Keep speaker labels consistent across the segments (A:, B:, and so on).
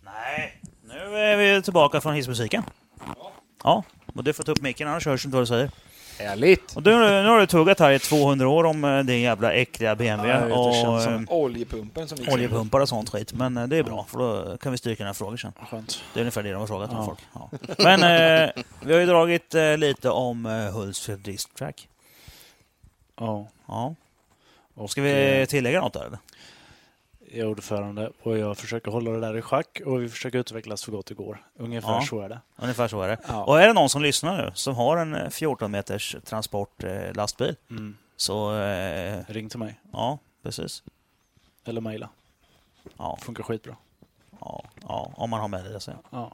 A: Nej, nu är vi tillbaka från hissmusiken. Ja. och du får ta upp micken annars hörs inte vad du säger.
B: Härligt!
A: Och du, nu har du tuggat här i 200 år om eh, din jävla äckliga BMW
B: Ja, det
A: och
B: känns som
A: eh,
B: oljepumpen som liksom...
A: oljepumpar och sånt skit. Men eh, det är bra, för då kan vi styrka dina frågor sen.
B: Skönt.
A: Det är ungefär det de har frågat om folk. Ja. Men eh, vi har ju dragit eh, lite om eh, Hultsfred Disk Track.
C: Ja.
A: Ja.
C: Och
A: Ska
B: eh,
A: vi tillägga något där eller?
C: är ordförande och jag försöker hålla det där i schack och vi försöker utvecklas så gott det går. Ungefär
A: Ja.
C: så är det.
A: Ungefär så är det.
C: Ja.
A: Och är det någon som lyssnar nu som har en eh, 14 meters transport eh, lastbil
C: Mm.
A: så eh,
C: Ring till mig
A: ja, precis.
C: eller mejla.
A: Ja,
C: Funkar skitbra.
A: ja, ja, om man har mejladressen.
C: Ja.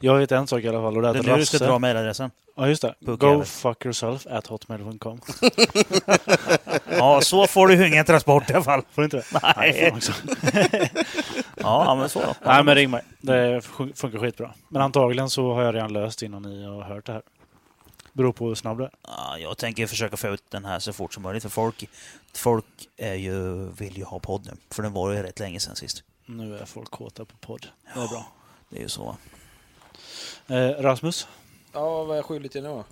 C: Jag vet en sak i alla fall och det är
A: Det är
C: att
A: nu du ska
C: Lasse...
A: dra mejladressen.
C: Ja just det.
A: Puck
C: Go
A: jävel.
C: fuck yourself at hotmail.com.
A: Ja, så får du ju ingen transport i alla fall.
C: Får du inte det?
A: Nej.
C: fan också.
A: Ja, men så då.
C: Nej men ring mig. Det fun- funkar skitbra. Men antagligen så har jag redan löst innan ni har hört det här. Beror på hur snabb du är.
A: Ja, Jag tänker försöka få ut den här så fort som möjligt. För folk, folk är ju, vill ju ha podd nu. För den var ju rätt länge sedan sist.
C: Nu är folk kåta på podd. Det är bra.
A: Det är ju så.
C: Eh, Rasmus,
B: Ja, vad är jag skyldig till nu
A: Mm.
B: då?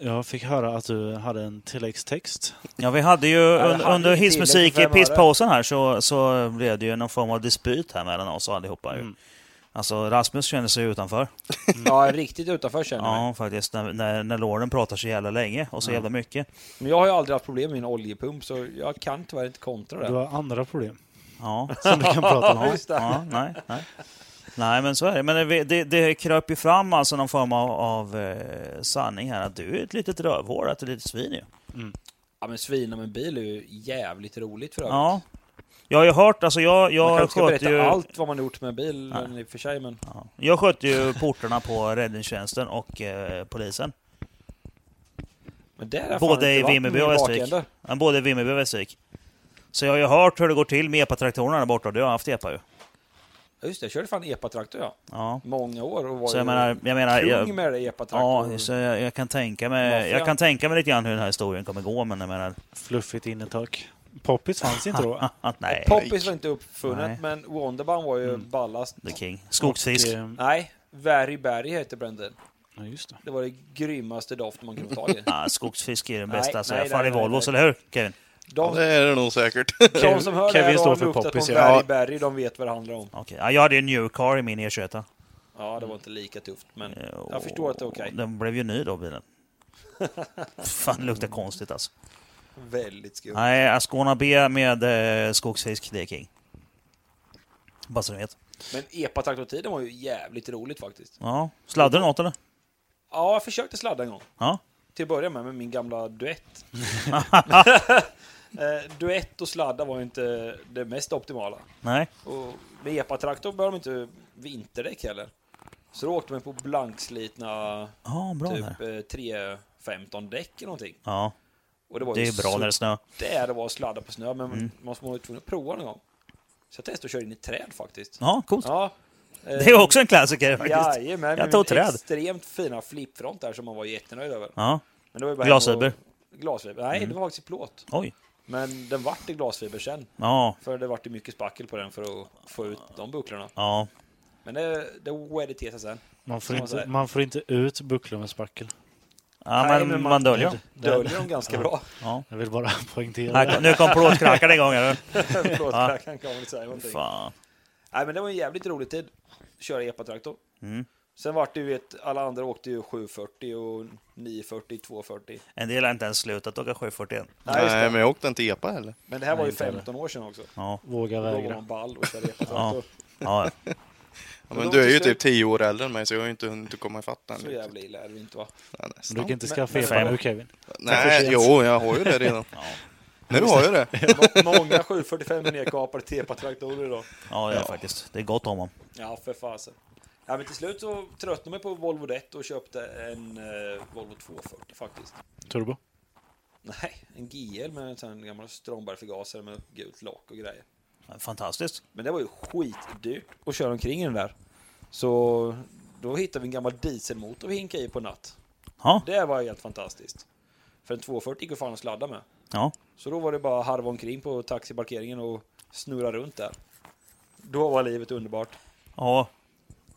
C: jag fick höra att du hade en tilläggstext.
A: Ja, vi hade ju
B: det
A: un,
B: hade
A: under
B: vi
A: hissmusik i
B: tillägg för fem öre.
A: pisspausen här så, så blev det ju någon form av dispyt här mellan oss allihopa. ju.
C: Mm.
A: Alltså Rasmus kände sig utanför.
B: Ja, riktigt utanför känner jag. mig.
A: Ja, faktiskt. När, när, när Lauren pratar så jävla länge och så jävla mycket.
B: Men jag har ju aldrig haft problem med min oljepump så jag kan tyvärr inte kontra
C: Du
B: det.
C: har andra problem
A: Ja,
C: som du kan prata om.
B: Ja, just det.
A: ja nej, nej. Nej, men så är det. Men det, det, det kröp ju fram alltså någon form av, av eh, sanning här att du är ett litet rövhål, att du är ett litet svin ju.
B: Ja, men svina med en bil är ju jävligt roligt för övrigt.
A: Ja. Jag har ju hört, alltså jag,
B: man
A: jag
B: kanske ska
A: sköter
B: berätta
A: ju...
B: allt vad man har gjort med en bil men i och för sig men...
A: Ja. Jag skötte ju portarna på räddningstjänsten och eh, polisen.
B: men där har jag fan
A: Både
B: inte
A: i
B: varit
A: Vimmerby
B: med
A: och
B: min
A: Västervik.
B: bakända.
A: Ja, Både i Vimmerby och Västervik. Så jag har ju hört hur det går till med EPA-traktorerna där borta. Du har jag haft EPA ju.
B: Ja, just det, jag körde fan epatraktor ja.
A: Ja.
B: Många år och var
A: Så
B: ju
A: jag menar... Jag menar
B: kung
A: jag,
B: med det epatraktor.
A: ja, så jag, jag, kan tänka mig,
B: Maffian.
A: jag kan tänka mig lite grann hur den här historien kommer gå, men jag menar...
C: Fluffigt innetak. Poppis fanns inte då.
A: Att nej,
B: Poppis var inte uppfunnet
A: Nej. Mm.
B: men Wonderban var ju ballast.
A: the king. Skogsfisk.
C: Och, eh,
B: Nej, Värryberg hette bränden.
C: Ja, just det.
B: Det var det grymmaste doften man kunde få tag i.
A: Ja, skogsfisk är den bästa,
B: Nej,
A: så
B: nej,
A: jag faller i
B: nej, nej,
A: Volvos,
B: nej.
A: eller hur Kevin?
B: De,
D: Det är det nog säkert.
B: de som hör
C: Kevin
B: det här
C: står
B: har
C: för
B: de upptäckt
C: poppis,
B: på
C: ja.
B: Värryberg, de vet vad det handlar om.
A: Okej. Ja, jag hade ju en new car i min E21.
B: Ja, det var inte lika tufft men
A: Eh,
B: jag förstår att det är okej.
A: Den blev ju ny då, bilen. Fan, det luktar konstigt alltså.
B: Väldigt skumt.
A: Nej, Ascona B med eh, skogsfisk, det är king. Bara så ni vet.
B: Men epatraktortiden var ju jävligt roligt faktiskt.
A: Ja. Sladdar du något eller?
B: Ja, jag försökte sladda en gång.
A: Ja.
B: Till att börja med, med min gamla duett. Eh, duett och sladda var ju inte det mest optimala.
A: Nej.
B: Och med epatraktor bör de inte vinterdäck heller. Så då åkte man på blankslitna
A: Ja, bra
B: typ
A: där.
B: eh, 315 däck eller någonting.
A: Ja,
B: Och det var
A: det
B: ju
A: är bra
B: så
A: när det är snö.
B: där det var att sladda på snö,
A: Mm.
B: men man var ju tvungen att prova någon gång. Så jag testade att köra in i träd faktiskt.
A: Ja, coolt.
B: Ja. eh,
A: Det är också en klassiker faktiskt.
B: Jajamän,
A: Jag
B: med
A: tog
B: min
A: träd.
B: Extremt fina flipfront där som man var jättenöjd över.
A: Ja,
B: Men det var ju bara hem
A: Glasfiber. Mm.
B: och- Glasfiber? Nej, det var faktiskt i plåt.
A: oj.
B: Men den vart i glasfiber sen.
A: Ja,
B: För det vart ju mycket spackel på den för att få ut de bucklorna.
A: ja.
B: Men det, det oeditetar sen.
C: Man får,
B: Som man
C: inte,
B: säger.
C: man får inte ut bucklor med spackel.
A: ja
B: Nej,
A: men
B: men
A: man döljer dem.
B: Döljer dem ganska bra.
C: Jag vill bara poängtera
A: Här
C: det.
A: kom- Nu kom plåtkrackaren igång. eller?
B: Förlåt, jag kan kan väl säga någonting.
A: Fan.
B: Nej, men det var en jävligt rolig tid. Köra epatraktor.
D: Mm.
B: Sen vart det ju ett, alla andra åkte ju 740 och 940, 240.
A: En del har inte ens slutat åka 741.
B: Nej, just
D: Nej,
B: det.
D: men jag åkte inte EPA heller.
B: Men det här var ju 15 år sedan också.
A: Ja,
C: Våga
B: Då var
C: vägra.
B: man ball och körde E epatraktor.
A: ja.
D: Ja,
B: Men
D: men
B: då
D: du är ju
B: till slut-
D: typ tio år äldre än mig, så jag har ju inte hunnit komma ifatt än.
B: Så jävla illa är det inte va?
D: Ja,
C: Men
D: nästan.
C: Du kan inte
B: Men-
C: skaffa
B: men-
C: EPA nu Kevin. för
D: Nej,
C: sent.
D: jo, jag har ju det redan. Nu har jag det.
B: Må- Många 745 nedkapade till epatraktorer idag.
A: ja det är faktiskt. Det är gott om dem.
B: Ja, för fasen. Ja, men till slut så tröttnade man på Volvo Dett och köpte en eh, Volvo 240 faktiskt.
C: Turbo.
B: Nej, en GL med en sån här gammal Strömberg-förgasare med gult lock och grejer.
A: Fantastiskt.
B: Men det var ju skitdyrt att köra omkring i den där. Så då hittade vi en gammal dieselmotor vi hinkade i på natt.
A: Ja,
B: Det var helt fantastiskt. För en 240 gick ju fan att sladda med.
A: ja.
B: Så då var det bara att harva omkring på taxiparkeringen och snurra runt där. Då var livet underbart.
A: ja.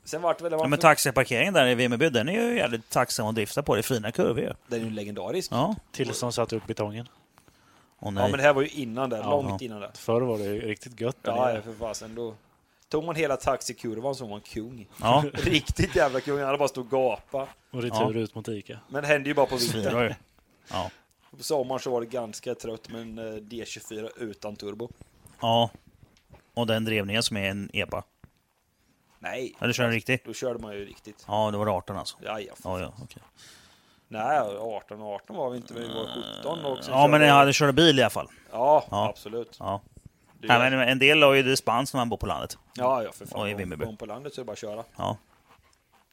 B: Sen vart det väl...
A: Ja, men taxiparkeringen där i Vimmerby, den är ju jävligt tacksam att drifta på. Det är fina kurvor ju.
B: Den är ju legendarisk.
A: Ja.
C: Tills de satte upp betongen.
A: Åh
B: Ja,
A: nej.
B: men det här var ju innan det, långt
A: ja.
B: innan det.
C: Förr var det ju riktigt gött. där
B: Ja,
C: nere.
B: för fasen. Då tog man hela taxikurvan som var man kung.
A: Ja,
B: Riktigt jävla kung. Alla bara stod och gapa.
C: Och retur ut mot Ica.
B: Men det hände ju bara på vintern.
A: svinbra ju. Ja.
B: På sommaren så var det ganska trött med en eh, D24 utan turbo.
A: ja. Och den drevningen som är en EPA.
B: Nej,
A: Eller kör en riktig?
B: då körde man ju riktigt.
A: Ja, det var 18 alltså.
B: Ja, ja.
A: Ja, ja, okej.
B: Nej, 18 och 18 var vi inte, vi var 17 och sen
A: ja men
B: körde-
A: jag hade körde bil i alla fall.
B: Ja,
A: Ja.
B: absolut.
A: Ja.
B: Du,
A: Nej, men en del har ju dispens när man bor på landet.
B: ja, ja, för fan.
A: Och i
B: Om-
A: Vimmerby.
B: om på landet så är det bara att köra.
A: Ja.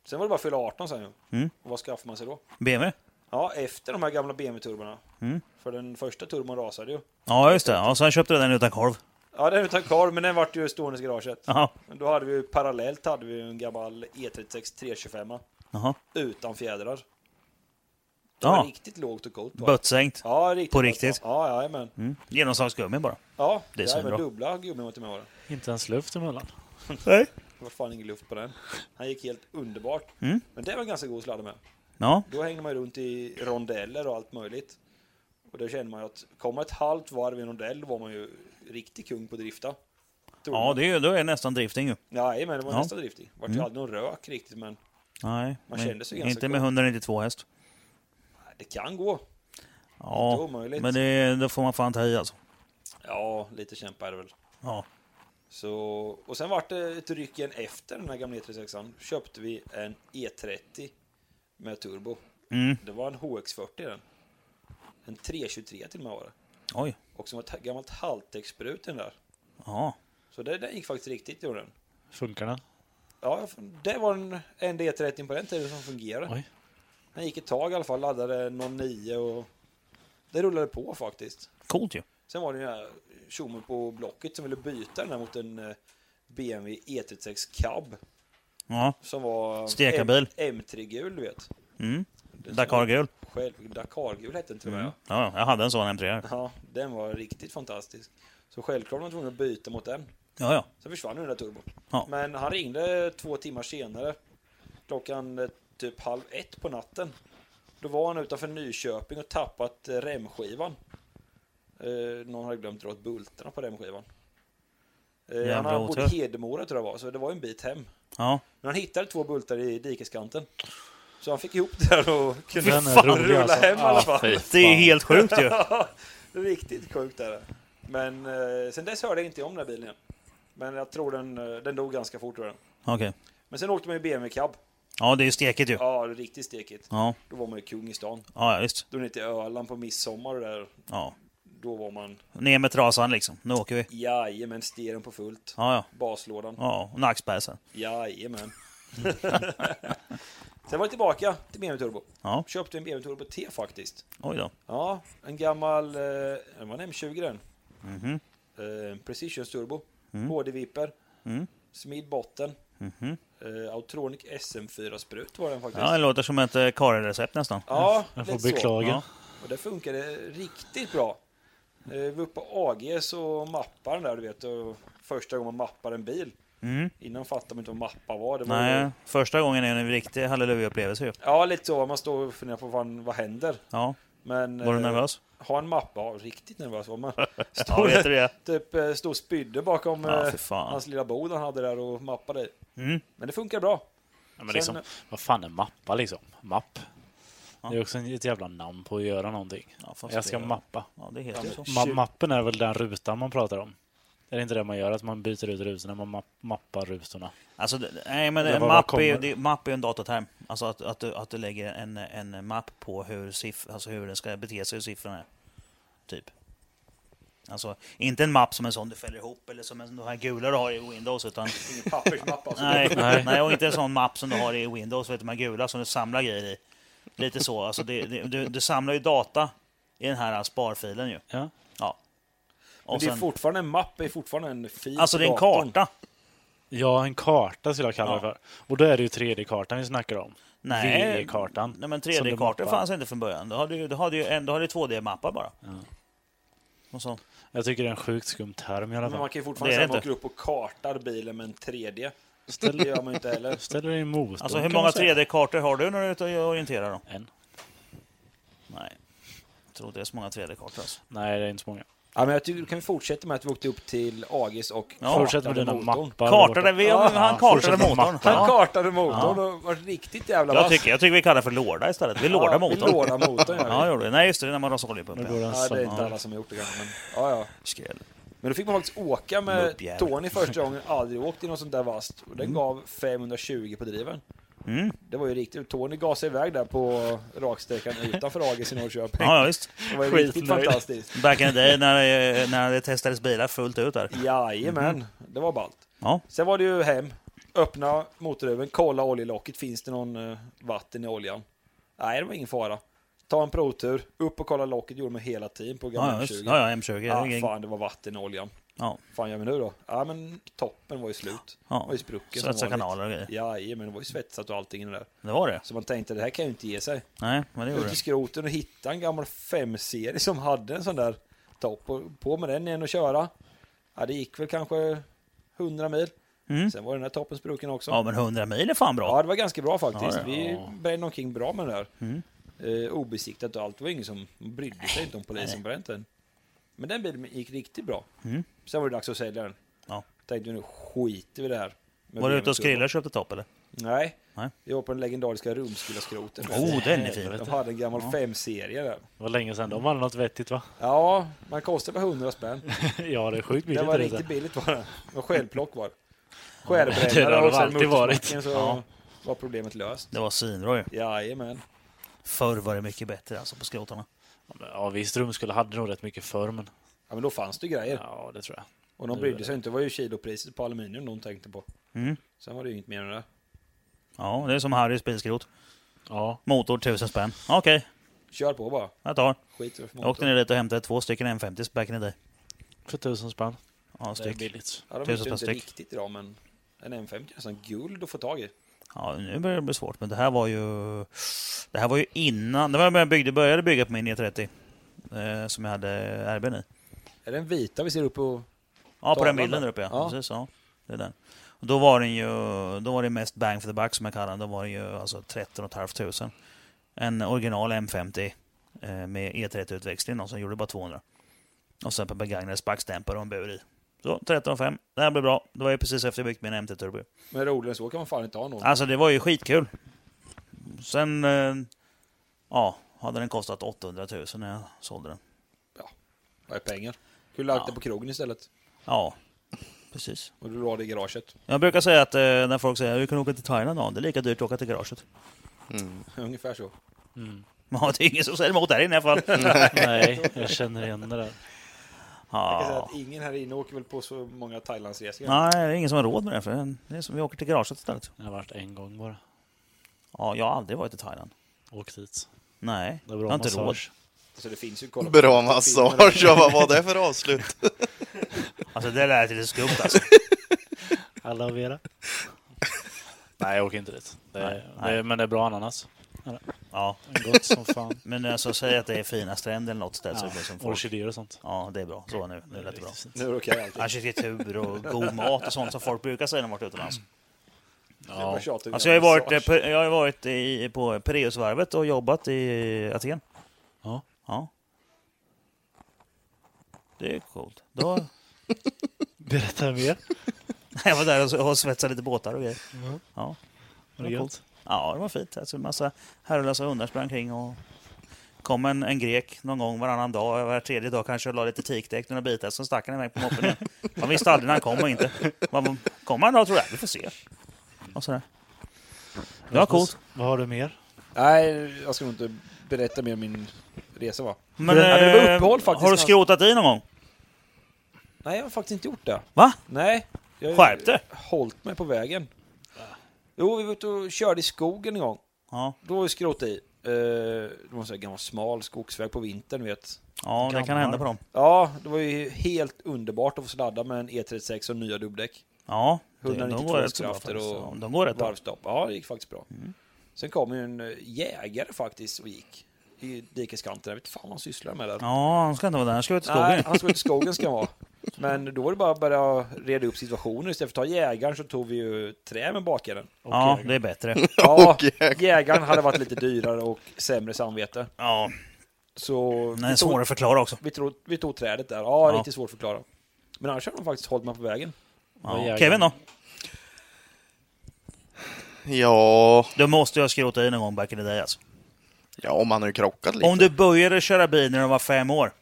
B: Sen var det bara att fylla 18 sen ju.
A: Mm.
B: Och vad skaffar man sig då?
A: BMW?
B: Ja, efter de här gamla BMW-turborna.
A: Mm.
B: För den första turbon rasade ju.
A: Ja, just det. Ja, sen köpte du den utan korv.
B: Ja, den är utan korv, men den vart ju stående i garaget.
A: Jaha.
B: Men Då hade vi ju parallellt hade vi ju en gammal E E36 325
A: Jaha.
B: utan fjädrar. Det var
A: Ja,
B: riktigt lågt och coolt. va?
A: bötsänkt.
B: Ja, riktigt.
A: På riktigt?
B: Ja, jajamän.
A: Mm. Genomslagsgummi bara.
B: Ja,
A: Det är
B: jajamän,
A: svinbra.
B: dubbla gummin var till med var det.
C: Inte ens luft emellan.
A: Nej.
B: Det var fan ingen luft på den. Han gick helt underbart.
A: Mm.
B: Men det var ganska god sladd med.
A: Ja,
B: Då hängde man ju runt i rondeller och allt möjligt. Och då kände man ju att kommer ett halvt varv i en rondell då var man ju riktig kung på att drifta. Tror
A: ja
B: man.
A: det är, ju- då är det nästan drifting ju.
B: Jajamän, det var
A: Ja. Mm.
B: nästan driftig. Vart ju aldrig någon rök riktigt, men
A: Nej,
B: Man
A: men
B: kände sig ganska
A: inte med
B: cool.
A: 192 häst.
B: nej, det kan gå. Inte
A: Ja,
B: omöjligt.
A: men det, då får man fan ta i alltså.
B: Ja, lite kämpa är det väl.
A: Ja,
B: Så, och sen vart det ett ryck igen efter den här gamla E36an. Köpte vi en E30 med turbo.
A: Mm.
B: Det var en HX40 den. En 323 till och med var det.
A: oj.
B: Och som var ett gammalt halvtextbrut den där.
A: Ja,
B: Så det, den gick faktiskt riktigt gjorde den.
C: Funkar den?
B: Ja, det var den enda E30 på den tiden som fungerade.
C: Oj.
B: Den gick ett tag i alla fall, laddade någon 9 och det rullade på faktiskt.
A: coolt ju.
B: Sen var det den här tjommen på Blocket som ville byta den här mot en eh, BMW E36 Cab
A: Ja,
B: som var
A: Stekarbil.
B: M- M3-gul, du vet.
A: mm.
B: Den som var
A: Dakar-gul. Mm.
B: Själv, Dakar-gul hette den till och med.
A: Ja, ja, jag hade en sån M3 här.
B: Ja, den var riktigt fantastisk. Så självklart var man tvungen att byta mot den.
A: Ja, ja.
B: Sen försvann den där turbon.
A: Ja.
B: Men han ringde två timmar senare, klockan eh, typ halv ett på natten. Då var han utanför Nyköping och tappat eh, remskivan. Eh, någon hade glömt dra åt bultarna på remskivan. Eh, han
A: Jävla
B: han bodde i
A: otur.
B: Hedemora tror jag var, så det var ju en bit hem.
A: Ja,
B: Men han hittade två bultar i dikeskanten. Så han fick ihop det där och kunde
C: Den är
B: fan
C: rolig,
B: rulla
C: alltså.
B: hem i alla fall.
A: det är ju helt sjukt ju.
B: Riktigt sjukt är det. Men eh, sen dess hörde jag inte om den här bilen. igen. Men jag tror den, eh, den dog ganska fort. Tror jag.
A: Okej.
B: Men sen åkte man ju BMW cab.
A: Ja, det är ju stekigt ju.
B: Ja, det är riktigt stekigt.
A: Ja,
B: Då var man ju kung i stan.
A: ja, ja visst.
B: Då var ni till Öland på midsommar och där.
A: Ja.
B: Då var man,
A: Ner med trasan liksom. Nu åker vi.
B: jajamän, stereon på fullt.
A: Ja, ja.
B: Baslådan,
A: Ja, och Nacksberg sen.
B: jajamän. Sen var jag tillbaka till BMW Turbo.
A: Ja.
B: Köpte en BMW Turbo T faktiskt.
A: Oj då.
B: Ja, en gammal... Eh, det var en M20 den.
A: Mhm.
B: Eh, Precision Turbo.
A: Mm.
B: HD-viper.
A: Mm.
B: Smid botten.
A: Mhm.
B: Eh, Autronic SM4-sprut var den faktiskt.
A: Ja, det låter som ett eh, Karin-recept nästan.
B: Ja,
C: Jag
B: lite
C: får
B: så.
C: beklaga.
A: Ja.
B: Och det funkade riktigt bra. Eh, Vi var uppe på AG så mappade den där, du vet. Och första gången man mappar en bil.
A: Mm.
B: Innan fattade man inte vad mappa var. Det var
A: Nej, första gången är det en riktig halleluja-upplevelse ju.
B: Ja, lite så. Man står och funderar på vad, vad händer.
A: Ja.
B: Men,
A: Var du
B: eh,
A: nervös?
B: Ha en mappa. Ja, riktigt nervös var man.
A: Ja,
B: Stod,
A: vet du det?
B: typ, eh, stod och spydde bakom
A: Ja,
B: eh,
A: för fan.
B: hans lilla bod han hade där och mappade i.
A: Mm.
B: Men det funkar bra.
C: Ja, men liksom,
B: Sen-
C: vad fan är mappa liksom? Mapp. Det är också ett jävla namn på att göra någonting.
A: Ja, fast
C: jag ska
A: det-
C: mappa.
A: Ja, det heter ju så.
C: Ma mappen är väl den rutan man pratar om? Är det inte det man gör? Att man byter ut rutorna, man mapp mappar rutorna.
A: Alltså, det- nej, men
C: Det
A: en
C: var-
A: mapp är,
C: kommer.
A: ju- det, mapp är ju en dataterm. Alltså att, att, du, att du lägger en, en mapp på hur, siff, alltså hur den ska bete sig, hur siffrorna är. Typ. Alltså, inte en mapp som en sån du fäller ihop eller som en, de här gula du har i Windows. Utan,
B: Ingen pappersmapp alltså.
A: nej, nej. och inte en sån mapp som du har i Windows, vet du, de här gula som du samlar grejer i. Lite så. Alltså, det, det, du, du samlar ju data i den här sparfilen ju.
C: Ja.
A: Ja.
B: Men
A: Och
B: det är
A: sen,
B: fortfarande en mapp, det är fortfarande en fil
A: alltså det är en
B: på datorn.
A: karta.
C: ja, en karta skulle jag kalla
A: Ja.
C: det för. Och då är det ju 3D-kartan vi snackar om.
A: Nej,
C: VE-kartan.
A: Nej, men
C: som du
A: 3D-kartor
C: mappar.
A: fanns inte från början. Då hade du, då hade ju en, då hade du 2D-mappar bara. Och så.
C: Jag tycker det är en sjukt skum term i alla
B: Men
C: fall.
B: man kan ju
A: Det
B: fortfarande
A: är
B: säga
A: det
B: att man
A: inte.
B: åker upp och kartar bilen med en 3D. Det gör man ju inte heller.
C: Ställer dig emot
A: Alltså
C: dem,
A: hur
C: kan man
A: många
C: säga.
A: 3D-kartor har du när du är ute och orienterar då?
C: En.
A: Nej. Jag tror inte det är så många 3D-kartor alltså.
C: Nej, det är inte så många.
B: Ja, men jag tycker, kan vi fortsätta med att vi åkte upp till AGs och
A: Ja.
C: Fortsätt med dina
B: kartade motorn.
C: mappar. där borta.
A: Kartade vi? Ja,
B: Ja,
A: han kartade
C: fortsätt med
A: motorn.
C: mappar.
B: Han
A: Ja.
B: kartade motorn och var riktigt jävla
A: Jag,
B: vass.
A: tycker, jag tycker vi kallar det för låda istället. Vi lårdar
B: Ja, vi
A: motorn.
B: lårdar motorn, ja.
A: ja, gjorde vi. Nej, just det. det är När man rasar oljepump.
C: Nu går
A: Ja.
C: den
B: Ja, det är inte
C: sönder.
B: alla som har gjort det kanske, men ja, ja.
A: Skräll.
B: Men då fick man faktiskt åka med
A: Muppjävel.
B: Tony första gången, aldrig åkt i något sånt där vast. Och den gav 520 på driven.
A: Mm.
B: Det var ju riktigt. Tony gasade iväg där på raksträckan utanför Agis i Norrköping.
A: Ja, ja, visst.
B: Det var ju riktigt
C: skitnöjd.
B: fantastiskt.
A: Back in the day när, det- när det testades bilar fullt ut där.
B: Jajamän,
A: Mm.
B: det var ballt.
A: Ja.
B: Sen var det ju hem, öppna motorhuven, kolla oljelocket. Finns det någon eh, vatten i oljan? Nej, det var ingen fara. Ta en provtur, upp och kolla locket. gjorde man hela tiden på gamla
A: Ja, ja,
B: M20.
A: just. ja, ja M20. det är
B: Ah,
A: ingen-
B: fan, det var vatten i oljan.
A: Ja.
B: fan gör vi nu då? Ja, men toppen var ju slut.
A: Ja.
B: var ju sprucken som
A: Svetsa
B: vanligt.
A: kanaler och grejer.
B: Jajamän, det var ju svetsat och allting i det där.
A: Det var det?
B: Så man tänkte, det här kan ju inte ge sig.
A: Nej, men det gjorde
B: Ut
A: det.
B: i skroten och hitta en gammal 5-serie som hade en sån där topp. Och på med den igen och köra. Ja, det gick väl kanske 100 mil.
A: Mm.
B: Sen var den här toppen sprucken också.
A: Ja, men 100 mil är fan bra.
B: Ja, det var ganska bra
A: Ja,
B: faktiskt.
A: ja.
B: Vi brände omkring bra med det där.
A: Mm.
B: Eh, obesiktat och allt. Det var ingen som brydde sig inte om polisen bränt den. Men den bilen gick riktigt bra.
A: Mm.
B: Sen var det dags att sälja den.
A: Ja.
B: Tänkte vi nu skiter vi i det här. med
A: Var du
B: BMW
A: ute och
B: Turbo.
A: skrillade och köpte topp eller?
B: Nej.
A: Nej.
B: Jag var på den legendariska Rumskilla-skroten.
A: Oh, den är fin.
B: De hade en gammal 5-serie där.
C: Det var länge sedan de hade något vettigt va?
B: Ja, man kostade bara 100 spänn.
C: Ja, det är sjukt billigt.
B: Det var
C: där ute.
B: riktigt billigt var det. Och självplock var det.
C: Det har
B: Skärbrännare
C: det
B: och sen
C: alltid varit.
B: motorsmacken så
A: Ja.
B: var problemet löst.
A: Det var svinbra ju.
B: Jajamän.
A: Förr var det mycket bättre alltså på skrotarna.
C: Ja, men, Ja, visst, Rumskulla hade nog rätt mycket förr, men...
B: Ja, men då fanns det grejer.
C: Ja, det tror jag.
B: Och de brydde sig inte, det var ju kilopriset på aluminium de tänkte på.
A: Mm.
B: Sen var det ju inget mer än det.
A: Ja, det är som Harrys bilskrot.
C: Ja,
A: Motor 1000 spänn. Okej,
B: Kör på bara,
A: jag tar.
B: skit i vad för
A: Jag åkte ner
B: motor.
A: dit och hämtade två stycken M50s back in the day.
C: för tusen spänn.
A: Ja,
C: Det är
A: styck.
C: billigt.
B: Ja, de
A: 1000
B: är ju
A: spänn
B: inte
A: styck.
B: riktigt idag men en M50 är nästan guld att få tag i.
A: Ja, nu börjar det bli svårt, men det här var ju... Det här var ju innan... Det var när jag byggde, började bygga på min E30. Eh, som jag hade RB'n i.
B: Är den vita vi ser uppe och...
A: Ja, på
B: Tavlan
A: den bilden
B: där.
A: där uppe ja.
B: Ja.
A: Precis, ja. Det är den. Och då var den ju, då var det mest bang for the buck som jag kallar den. Då var det ju alltså 13 500. En original M50 eh, med E30-utväxling då, som gjorde bara 200. Och sen på begagnade sparkdämpare och en bur i. Så 13 500. Det här blev bra. Det var ju precis efter jag byggt min MT Turbo.
B: Men roligare än så kan man fan inte ha någon.
A: Alltså det var ju skitkul. Sen, eh, ja, hade den kostat 800 000 när jag sålde den.
B: Vad är pengar? Kunde lagt
A: Ja.
B: det på krogen istället.
A: Ja, precis.
B: Och du la det i garaget.
A: Jag brukar säga att eh, när folk säger att du kan åka till Thailand, ja, det är lika dyrt att åka till garaget.
D: Mm.
B: Ungefär så.
C: Mm.
A: Ja, det är ingen som säger emot här inne i alla fall.
C: Nej, Mm. jag känner igen det där.
B: Jag kan säga
A: Ja.
B: att ingen här inne åker väl på så många Thailandsresor.
A: Nej, det är ingen som har råd med det. För det är som vi åker till garaget istället.
C: Jag har varit en gång bara.
A: Ja, jag har aldrig varit i Thailand.
C: Åkt hit.
A: Nej,
C: Det var
A: jag
C: bra
A: har inte råd.
C: massage.
B: Så det finns ju att kolla på.
D: Bra massage, ja, vad var det för avslut?
A: Alltså det lät lite skumt alltså.
C: Alla och Vera. Nej, jag åker inte dit. Det är,
A: Nej,
C: det
A: nej.
C: är, men det är bra ananas.
A: Ja,
C: Gott som fan.
A: men alltså säg att det är fina stränder eller något ställe så det blir som folk.
C: Orkidéer och sånt.
A: Ja, det är bra. Så nu, nu lät det bra.
C: riktigt fint.
B: Nu råkar jag alltid.
A: Alltså, Arkitektur och god mat och sånt som folk brukar säga när de varit utomlands.
B: Ja. Jag
A: Alltså jag har ju varit, eh, på- jag har ju varit i, på Pireusvarvet och jobbat i Aten.
C: Ja.
A: Ja. Det är coolt. Då,
C: Berätta mer.
A: jag var där och, så- och svetsade lite båtar och grejer. Ja.
C: Var det gött?
A: Ja, det var fint. Alltså, en massa herrelösa hundar sprang omkring och kom en, en grek någon gång varannan dag, var tredje dag kanske, och la lite tikdäck, några bitar, så stack han iväg på moppen igen. Man visste aldrig när han kom och inte. Man, kom han då, tror jag. Vi får se. Och sådär. Det var coolt.
C: Vad har du mer?
B: Nej, jag ska nog inte berätta mer om min resa va?
A: Men,
B: Ja, det var
A: eh,
B: uppehåll faktiskt.
A: har du skrotat i någon gång?
B: Nej, jag har faktiskt inte gjort det.
A: Va?
B: Nej. Jag har
A: Skärp dig!
B: hållit mig på vägen. Jo, vi var ute och körde i skogen en gång.
A: Ja,
B: Då var vi skrot i. Eh, Det var en sån här gammal smal skogsväg på vintern, du vet.
A: ja det kan
C: Gammal.
A: hända på dem.
B: Ja, det var ju helt underbart att få sladda med en E36 och nya dubbdäck.
A: Ja, det- de
B: 192
A: går rätt så bra
B: krafter
A: faktiskt.
B: och
A: Ja, De går rätt bra. Mm.
B: Varvstopp. Ja, det gick faktiskt bra. Sen kom ju en eh, jägare faktiskt och gick i dikeskanten. Jag vet fan vad han sysslar med där.
A: Ja, han ska inte vara där. Han ska ut i
B: Nej,
A: skogen.
B: han skulle till skogen ska han vara. Men då var det bara att börja reda upp situationen. Istället för att ta jägaren så tog vi ju trä med bakaren.
A: Ja, det är bättre.
B: Ja,
D: jägaren.
B: jägaren hade varit lite dyrare och sämre samvete.
A: Ja,
B: Så
A: den är
B: vi, tog,
A: svår att förklara också.
B: vi, tog, vi tog trädet där. Ja,
A: Ja.
B: riktigt svårt att förklara. Men annars har de faktiskt hållit mig på vägen.
A: Ja.
C: jägaren.
A: Kevin då?
D: Ja,
A: Du måste ju ha skrotat i någon gång back in the day alltså.
D: ja man har ju krockat lite.
A: Om du började köra bil när du var fem år.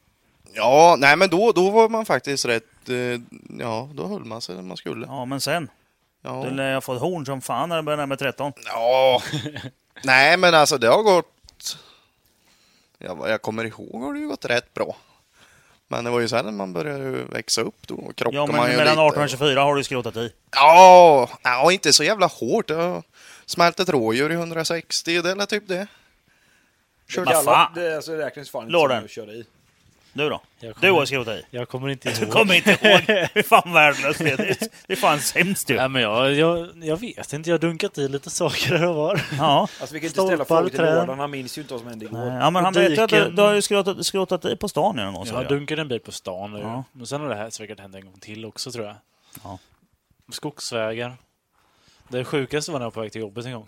D: Ja, nej men då, då var man faktiskt rätt... eh, Ja, då höll man sig där man skulle.
A: Ja, men sen.
D: Ja.
A: Du lär ju ha fått horn som fan när du började närma 13.
D: Ja. Nej, men alltså det har gått... Jag, vad jag kommer ihåg har det ju gått rätt bra. Men det var ju sen när man började växa upp då krockade
A: Ja, men
D: man ju
A: mellan
D: lite.
A: 18 och 24 har du skrotat i.
D: Ja, ja, inte så jävla hårt. Jag smälte ett rådjur i 160, det är väl typ det.
B: Körde
A: Vad fan?
B: Det, alltså, det räknas fan inte
A: Lådan.
B: som att köra i.
A: Du då?
C: Jag kommer-
A: Du har skrotat i.
C: Jag kommer inte
A: Du
C: ihåg.
A: kommer inte ihåg. Det är fan värdelöst. Det är- det är fan sämst ju.
C: Nej, men jag, jag, jag vet inte. Jag har dunkat i lite saker här och var.
A: Ja.
B: Alltså vi kan inte
C: Stolpar,
B: ställa frågor till
C: träd.
B: Lådan, han minns ju inte vad som hände igår.
A: Ja, men han vet ju att du,
C: Diken.
A: du har ju skrotat, skrotat i på stan ju någon gång. sa
C: Jag
A: jag.
C: dunkade en bil på stan. nu.
A: Ja.
C: Men sen har det här säkert hänt en gång till också, tror jag.
A: Ja.
C: Skogsvägar. Det sjukaste var när jag var på väg till jobbet en gång.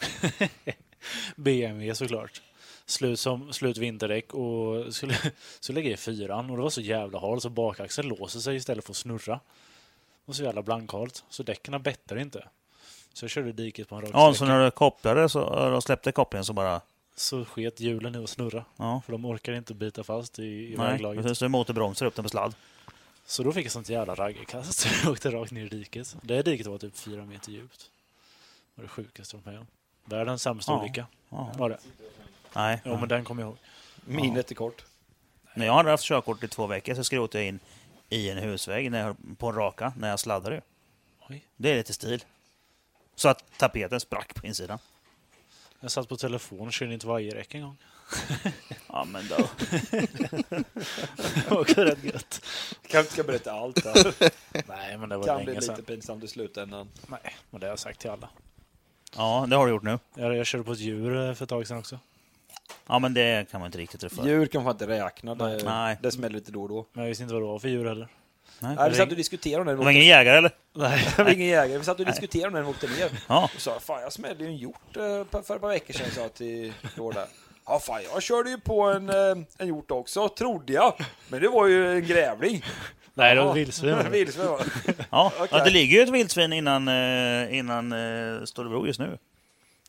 C: BMW såklart. Slut, som, slut vinterdäck och skulle, så lägger jag i fyran och det var så jävla halt så bakaxeln låser sig istället för att snurra. Och så jävla blankhalt. Så däcken bättre inte. Så jag körde i diket på en rak
A: Ja, så
C: sträcka.
A: när du kopplade så, eller släppte kopplingen så bara...
C: så sket hjulen i att snurra.
A: Ja.
C: För de orkar inte bita fast i, i
A: Nej,
C: väglaget.
A: precis. Du motorbromsar upp den på sladd.
C: Så då fick jag sånt jävla raggarkast så jag åkte rakt ner i diket. Det diket var typ fyra meter djupt. Det var det sjukaste jag varit med om. Världens sämsta
A: Ja.
C: olycka
A: Ja.
C: var det.
A: Nej.
C: Jo, men den kommer jag ihåg.
B: Minnet är kort.
A: När jag hade haft körkort i två veckor så skrotade jag in i en husvägg när jag, höll- på en raka när jag sladdade. ju.
C: Oj.
A: Det är lite stil. Så att tapeten sprack på insidan.
C: Jag satt på telefon och körde inte vajerräck en gång.
A: Ja, men då.
C: Det var också rätt gött.
B: Kanske inte ska berätta allt här.
C: Nej, men det var
B: kan bli
C: länge
B: lite
C: sedan.
B: pinsamt i slutändan.
C: Nej, men det har jag sagt till alla.
A: Ja, det har du gjort nu.
C: Jag, jag körde på ett djur eh, för ett tag sedan också.
A: Ja, men det kan man inte riktigt tro för.
B: Djur kan man inte räkna. Det,
A: Nej.
B: det smäller lite då och då.
C: Men jag visste inte vad det var för djur heller.
B: Nej,
A: Nej.
B: vi satt och diskuterade om den.
A: Det var ingen jägare eller?
C: Nej.
B: Det var ingen jägare. Vi satt och diskuterade om den åkte ner.
A: Ja.
B: Och sa, fan jag smällde ju en hjort eh, på- för ett par veckor sedan, sa jag till Lord där. Ja, fan jag körde ju på en, eh, en hjort också, trodde jag. Men det var ju en grävling.
C: Nej, det var
B: Ja,
C: ett vildsvin. var det.
B: vildsvin var det.
A: Ja.
B: Okej.
A: ja, det ligger ju ett vildsvin innan, eh, innan eh, Storebro just nu.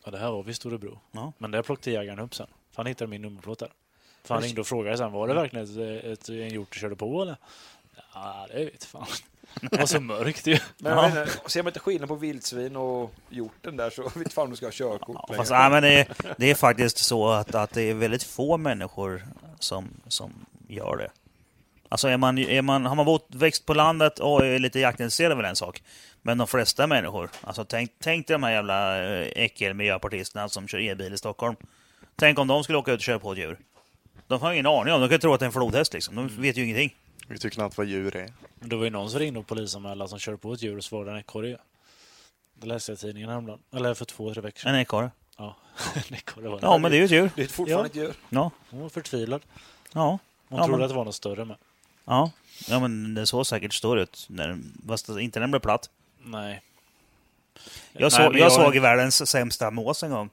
C: Ja, det här var vid Storebro.
A: Ja.
C: Men där plockade jägaren upp sen. För han hittade min nummerplåt där. För han ringde och frågade sen,
A: Mm.
C: var det verkligen ett, ett, en hjort du körde på eller? Ja, det vet fan. Det var så mörkt ju.
B: Men jag vet inte, ser man inte skillnad på vildsvin och hjorten där så vet fan om du ska ha körkort
A: Ja,
B: längre.
A: fast, nej, men det, är, det är faktiskt så att, att det är väldigt få människor som, som gör det. Alltså är man, är man, har man bott, växt på landet och är lite jaktintresserad är väl en sak. Men de flesta människor, alltså tänk, tänk dig de här jävla eh, äckelmiljöpartisterna som kör e-bil i Stockholm. Tänk om de skulle åka ut och köra på ett djur. De har ingen aning om, de kan ju tro att det är en flodhäst liksom. De vet ju ingenting.
D: Vi tycker knappt vad djur är.
C: Men det var ju någon som ringde och polisanmälde som körde på ett djur och så var det en ekorre. Det läste jag i tidningen häromdagen. Eller för två, tre veckor sedan.
A: En ekorre.
C: Ja, en ekorre var det.
A: Ja, men det är ju ett djur.
B: Det är fortfarande ett djur.
A: Ja,
C: Hon var förtvivlad.
A: ja. Ja,
C: Hon trodde
A: men-
C: att det var något större med.
A: Ja, ja men det såg säkert stor ut. När, den- fast inte när den blev platt.
C: Nej.
A: Jag,
C: Nej,
A: såg,
C: men
A: jag, såg i världens sämsta mås en gång.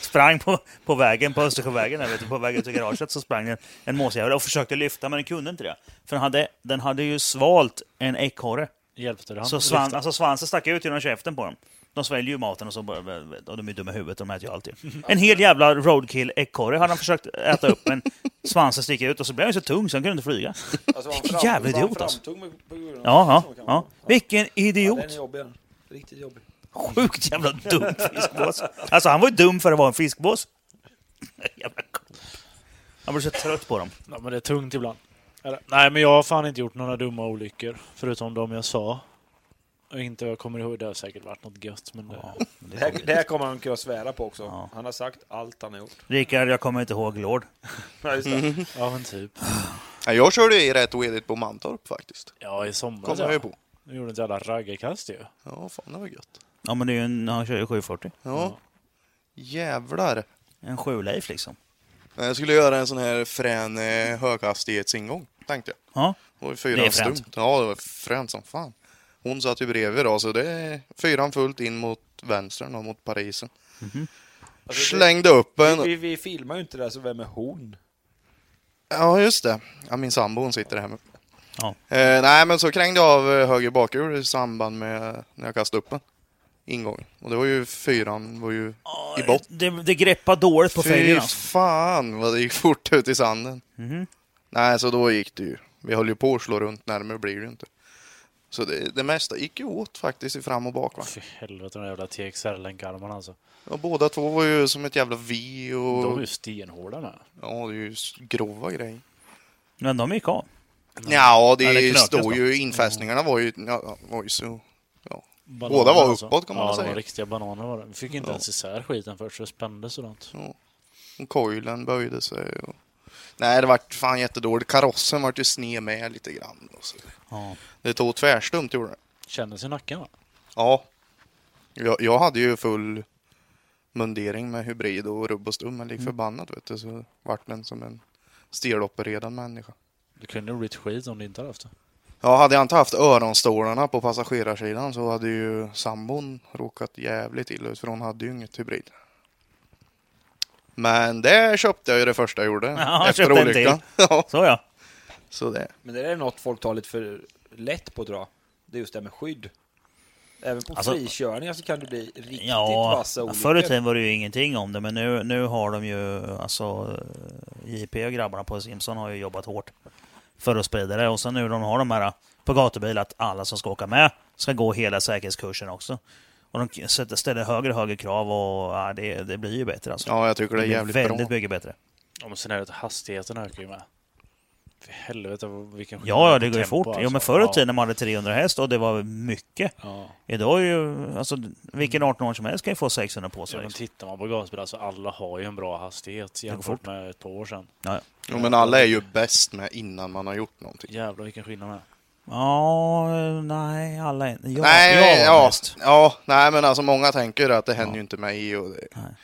A: sprang på, på vägen, på Östersjövägen, där, vet du, på väg ut ur garaget, så sprang en, en måsjävel och försökte lyfta, men den kunde inte det. För den hade, den hade ju svalt en ekorre.
C: Hjälpte det han?
A: Så svan, alltså svansen stack ut genom käften på dem. De sväljer ju maten och så bara, och de är dumma i huvudet, de äter ju alltid. En hel jävla roadkill-ekorre hade han försökt äta upp, men svansen sticker ut och så blev han ju så tung så han kunde inte flyga.
B: Alltså, var han
A: Vilken
B: fram-
A: jävla
B: var han
A: idiot, alltså.
B: framtung med- på grund av-
A: Ja,
B: så
A: ja,
B: kan man-
A: ja. Vilken
B: Ja, den är
A: idiot!
B: jobbig. den. Riktigt jobbig.
A: Sjukt jävla dum fiskbås. Alltså han var ju dum för att vara en fiskbås. Jävla ko- Han blev så trött på dem.
C: Ja, men det är tungt ibland. Eller, nej, men jag har fan inte gjort några dumma olyckor. Förutom de jag sa. Och inte vad jag kommer ihåg. Det har säkert varit något gött. Men det...
B: Det här, det här kommer han kunna svära på också. Han har sagt allt han har gjort.
A: Rickard, jag kommer inte ihåg Lord.
B: Ja, just det.
C: Ja, men typ.
D: Ja, jag körde ju i rätt oedigt på Mantorp faktiskt.
C: Ja, i somras.
D: Kommer jag ju på.
C: Jag gjorde ett jävla raggarkast ju.
D: Ja, fan det var gött.
A: Ja men det är ju en, han kör ju 740.
D: Ja. Jävlar.
A: En 7 liksom.
D: Jag skulle göra en sån här frän eh, höghastighetsingång, tänkte jag.
A: Ja.
D: Det var ju
A: Det är
D: fyran
A: fränt.
D: stumt. Ja, det var fränt som fan. Hon satt ju bredvid då, så det är fyran fullt in mot vänstern och mot Parisen.
A: Mhm.
D: Slängde upp en.
B: Vi, vi filmar ju inte det här, så vem är hon?
D: Ja, just det. Ja, min sambo hon sitter hemma.
A: Ja.
D: Eh, nej, men så krängde jag av eh, höger bakhjul i samband med när jag kastade upp den. Ingången. Och det var ju fyran, var ju i botten.
A: Det, det greppar dåligt på
D: Fy
A: fälgarna.
D: fan vad det gick fort ut i sanden.
A: Mhm.
D: Nej, så då gick det ju. Vi höll ju på att slå runt, närmare blir det ju inte. Så det, det mesta gick ju åt faktiskt i fram och bak. Va?
C: Fy helvete, de där jävla TXR-länkarmarna alltså.
D: Och båda två var ju som ett jävla vi och...
C: De är ju stenhårda med.
D: Ja, det är ju s- grova grejer.
A: Men de gick av.
D: Ja, det,
A: Ja, det knökas
D: stod
A: då.
D: ju... Infästningarna var ju... Ja, var ju så... Ja.
C: Bananer,
D: Båda var uppåt, kan man
C: alltså. ja, de
D: väl säga.
C: var riktiga bananer var det. Vi fick inte ens isär skiten först, så det spände sådant.
D: Och coilen böjde sig. Och... Nej, det vart fan jättedåligt. Karossen vart ju sned med lite grann. Och så.
A: Ja.
D: Det tog tvärstumt gjorde det.
C: Kändes i nacken va?
D: Ja. Jag, jag hade ju full mundering med hybrid och rubb och stum, men lik förbannat vet du, så vart den som en stelopererad människa.
C: Det kunde ju blivit skit om du inte hade haft det.
D: Ja, hade jag inte haft öronstolarna på passagerarsidan så hade ju sambon råkat jävligt illa ut, för hon hade ju inget hybrid. Men det köpte jag ju det första jag gjorde
A: Ja,
D: efter
A: köpte en
D: olyckan. Ja,
A: Så ja.
D: så det.
B: Men det där är något folk tar lite för lätt på tror jag. Det är just det här med skydd. Även på
A: Alltså-
B: frikörningar så kan det bli riktigt
A: Ja,
B: vassa olyckor.
A: förr i tiden var det ju ingenting om det, men nu, nu har de ju, alltså eh, JP och grabbarna på Simpson har ju jobbat hårt för att sprida det. Och sen nu de har de här eh, på gatubil, att alla som ska åka med ska gå hela säkerhetskursen också. Och de k- sätter- ställer högre och högre krav och ja, det, det blir ju bättre alltså.
D: Ja, jag tycker det är
A: blir
D: jävligt bra.
A: väldigt mycket bättre.
C: Ja, men sen är det att hastigheten ökar ju med. För helvete vad- vilken
A: Ja, ja,
C: skillnad
A: det
C: på
A: går ju
C: tempo,
A: fort. Jo,
C: alltså.
A: men förr i
C: Ja.
A: tiden när man hade 300 häst och det var mycket.
C: Ja.
A: Idag är ju, alltså vilken 18-åring som helst kan ju få 600 på sig.
C: Ja, men
A: liksom.
C: tittar man på gasbil, alltså alla har ju en bra hastighet jämfört med ett par år sedan.
A: Ja, ja.
D: Jo, men alla är ju bäst med innan man har gjort någonting.
C: Jävlar vilken skillnad det är.
A: Ja, nej, alla är... Jag,
D: nej,
A: jag var
D: ja,
A: bäst.
D: ja, nej, men alltså många tänker att det händer ju inte mig och det,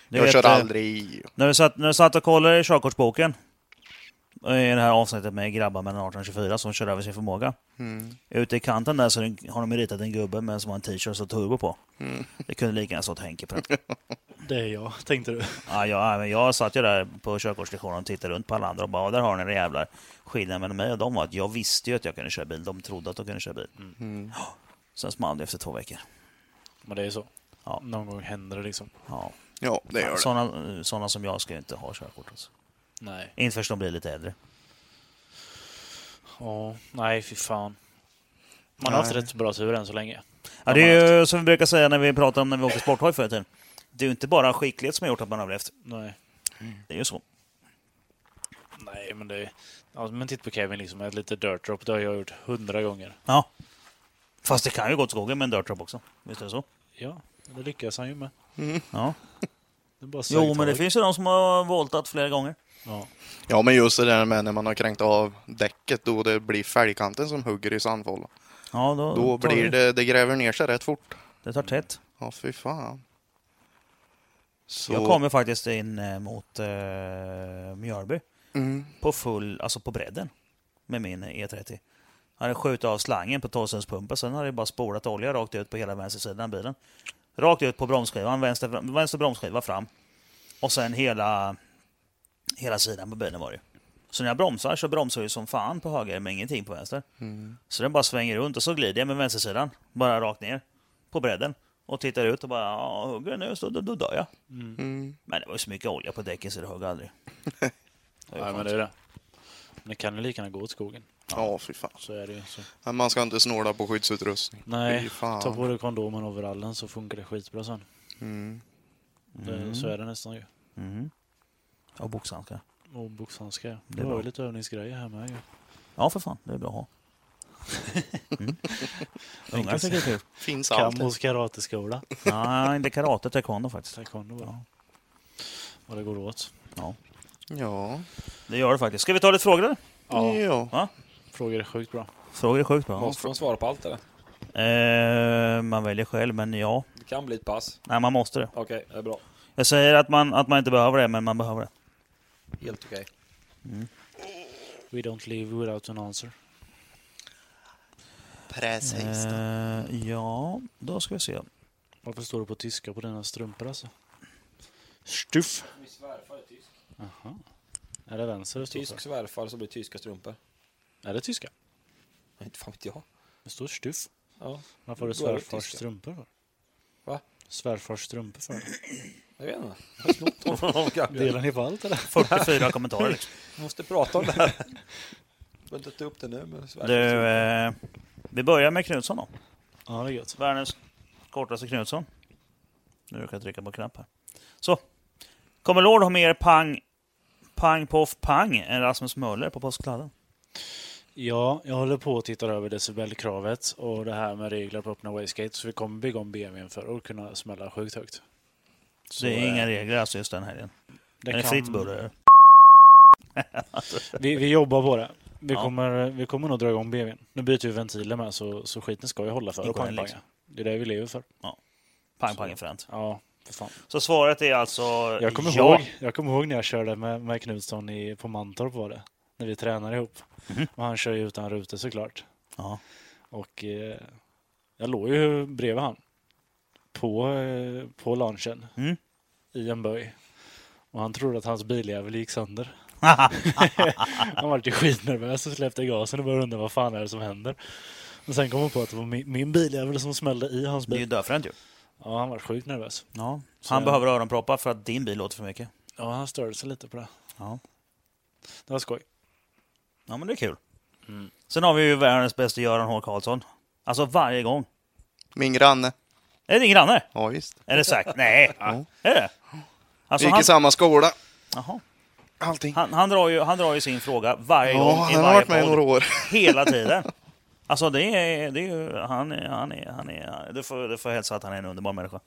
A: Du
D: jag
A: vet,
D: kör
A: eh,
D: aldrig i. och-
A: När vi satt, när vi satt och kollade i körkortsboken eh, i det här avsnittet med grabbar mellan 18 och 24 som kör över sin förmåga.
D: Mm,
A: Ute i kanten där så är det- har de ritat en gubbe med som har en t-shirt och turbo på.
D: Mm.
A: Det kunde lika gärna stått Henke på den.
C: Det är jag, tänkte du.
A: ja, jag, ja, men jag satt ju där på körkortslektionen och tittade runt på alla andra och bara, "Ja, där har ni det jävlar. Skillnaden mellan mig och dem var att jag visste ju att jag kunde köra bil. De trodde att de kunde köra bil.
D: mm.
A: Sen small det efter två veckor.
C: Men det är ju så.
A: Ja.
C: Någon gång händer det liksom.
A: Ja.
D: Ja, det gör det.
A: Sådana, sådana som jag ska ju inte ha körkort. Alltså.
C: Nej.
A: Inte förrän de blir lite äldre.
C: Ja, nej fy fan. Man har haft rätt bra tur än så länge.
A: Ja, det är ju som vi brukar säga när vi pratar om när vi åkte sporthoj förr i tiden. Det är ju inte bara skicklighet som har gjort att man har levt.
C: Nej.
A: Det är ju så.
C: Nej, men det är... Ja, men titta på Kevin liksom, ett litet dirt drop. Det har jag gjort hundra gånger.
A: Ja. Fast det kan ju gå åt skogen med en dirt drop också. Visst är det så?
C: Ja, det lyckas han ju med.
A: Ja.
C: Det är bara
A: Jo, men det
C: segtaget.
A: finns ju de som har voltat flera gånger.
C: Ja.
D: Ja, men just det där med när man har kränkt av däcket då det blir fälgkanten som hugger i sandfållan.
A: Ja, då,
D: Då
A: tar
D: blir det, det gräver ner sig rätt fort.
A: Det tar tätt.
D: Ja, fy fan. Så,
A: Jag kom ju faktiskt in eh, mot eh, Mjölby
D: Mm.
A: på full, alltså på bredden med min E30. Jag hade skjutit av slangen på torrsumpumpen, sen hade jag bara spolat olja rakt ut på hela vänstersidan av bilen. Rakt ut på bromsskivan, vänster, vänster bromsskiva fram. Och sen hela, hela sidan på bilen var det ju. Så när jag bromsar så bromsar jag ju som fan på höger men ingenting på vänster.
D: mm,
A: Så den bara svänger runt och så glider jag med vänstersidan, bara rakt ner på bredden. Och tittar ut och bara, "Ja, hugger jag nu så då, då dör jag.
D: mm.
A: Men det var ju så mycket olja på däcken så det högg aldrig. Det var
C: Nej,
A: ju
C: men
A: skönt.
C: det är det. Men det kan ju lika gärna gå åt skogen.
D: Ja, fy fan.
C: Så är det ju. Så.
D: Men man ska inte snåla på skyddsutrustning. Fy
C: Nej,
D: fan.
C: ta på dig kondomen och overallen så funkar det skitbra sen.
D: Mm.
A: Mm.
C: Det, Eh, så är det nästan ju.
A: Och boxhandskar.
C: Och boxhandskar.
A: Det
C: Det
A: är
C: var
A: bra.
C: ju lite övningsgrejer här med ju.
A: Ja, för fan. Det är bra att ha. Mm. Ungar tycker det är kul.
D: Finns allt.
C: Kammos karateskola.
A: Nej, inte karate, taekwondo faktiskt.
C: Taekwondo bara. Vad det går åt.
A: Ja,
D: Ja.
A: det gör det faktiskt. Ska vi ta lite frågor? eller?
D: Ja. ja.
C: Frågor är sjukt bra.
A: Frågor är sjukt bra.
B: Måste de svara på allt eller?
A: Eh, man väljer själv, men ja.
B: Det kan bli ett pass.
A: Nej, man måste det.
B: Okej, det är bra.
A: Jag säger att man, att man inte behöver det, men man behöver det.
B: Helt okej.
C: We don't live without an answer.
D: Precis.
A: Eh, ja, då ska vi se.
C: Varför står det på tyska på dina strumpor alltså? Stuff.
B: Min svärfar är tysk.
C: Aha. Är det vänster det står
B: Tysk
C: för?
B: svärfar så blir tyska strumpor.
C: Är det tyska?
B: Nej, Inte fan vet jag.
C: Det står stuff.
B: Ja,
C: Varför har du
B: Då är det
C: svärfars
B: tyska.
C: strumpor för?
B: Va?
C: Svärfars strumpor för?
B: jag vet inte. Jag har snott dem från honom kanske.
C: Delar ni på allt eller?
A: 44 kommentarer. Liksom.
B: Vi måste prata om det här. Jag behöver inte ta upp det nu men svärfar.
A: Du, eh, vi börjar med Knutsson då.
C: Ja, det är gött.
A: Världens kortaste Knutsson. Nu råkar jag trycka på knapp här. Så. Kommer Lord ha mer pang, pang poff pang än Rasmus Möller på påskkladden?
C: Ja, jag håller på att titta över decibelkravet och det här med regler på öppna wayskate så vi kommer bygga om BMWn för att kunna smälla sjukt högt. Så,
A: Det är
C: eh,
A: inga regler alltså just den helgen.
C: det
A: Det är
C: kan-
A: fritt buller.
C: Vi, vi jobbar på det. Vi,
A: Ja.
C: kommer, vi kommer nog dra igång BMWn. Nu byter vi ventiler med så, så skiten ska ju hålla för och
A: Ingår den
C: pangpanga.
A: liksom.
C: Det är det vi lever för.
A: Pang pang är fränt.
C: Ja, för fan.
A: Så svaret är alltså
C: Jag kommer,
A: ja.
C: ihåg, jag kommer ihåg när jag körde med, med Knutsson i, på Mantorp var det. När vi tränade ihop. Och han kör ju utan rutor såklart.
A: Mhm. Ja.
C: Och eh, jag låg ju bredvid han. På, eh, på lunchen.
A: Mm.
C: I en böj. Och han trodde att hans biljävel gick sönder. han var ju skitnervös och släppte gasen och började undra vad fan är det som händer. Och sen kom han på att det var min, min biljävel som smällde i hans
A: Det är ju
C: bil.
A: dödfränt ju.
C: Ja, han var sjukt nervös.
A: Ja.
C: Så-
A: Han behöver öronproppar för att din bil låter för mycket.
C: Ja, han störde sig lite på det.
A: Ja.
C: Det var skoj.
A: Ja men det är kul. Sen har vi ju världens bästa Göran H Karlsson. Alltså varje gång.
D: Min granne.
A: Är det din granne?
D: Ja, visst.
A: Är det säkert? Nej. Är det?
D: Vi
A: Alltså,
D: gick i samma skola.
A: Jaha.
D: Allting.
A: Han, han, drar ju, han drar ju sin fråga varje gång
D: Ja,
A: i
D: han
A: varje
D: har varit med i
A: podd.
D: några år.
A: Hela tiden. Alltså det är, det är ju, han är, han är, han är, du får, du får hälsa att han är en underbar människa.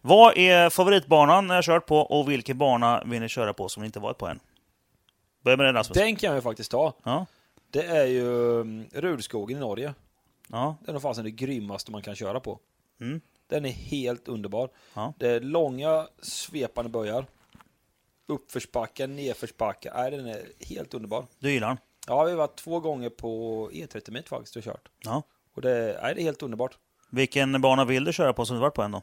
A: Vad är favoritbanan ni har kört på och vilken bana vill ni köra på som ni inte varit på än? Börja med den Rasmus.
B: Den kan jag ju faktiskt ta.
A: Ja,
B: Det är ju mm, Rudskogen i Norge.
A: ja,
B: Den är nog fasen det grymmaste man kan köra på.
A: Mm.
B: Den är helt underbar.
A: Ja.
B: Det är långa svepande böjar. Uppförsbackar, nedförsbackar. Nej, den är helt underbar.
A: du gillar den.
B: Ja, vi har varit två gånger på E30 mitt faktiskt och kört.
A: Ja.
B: Och det, är- nej, det är helt underbart.
A: Vilken bana vill du köra på som du varit på än då?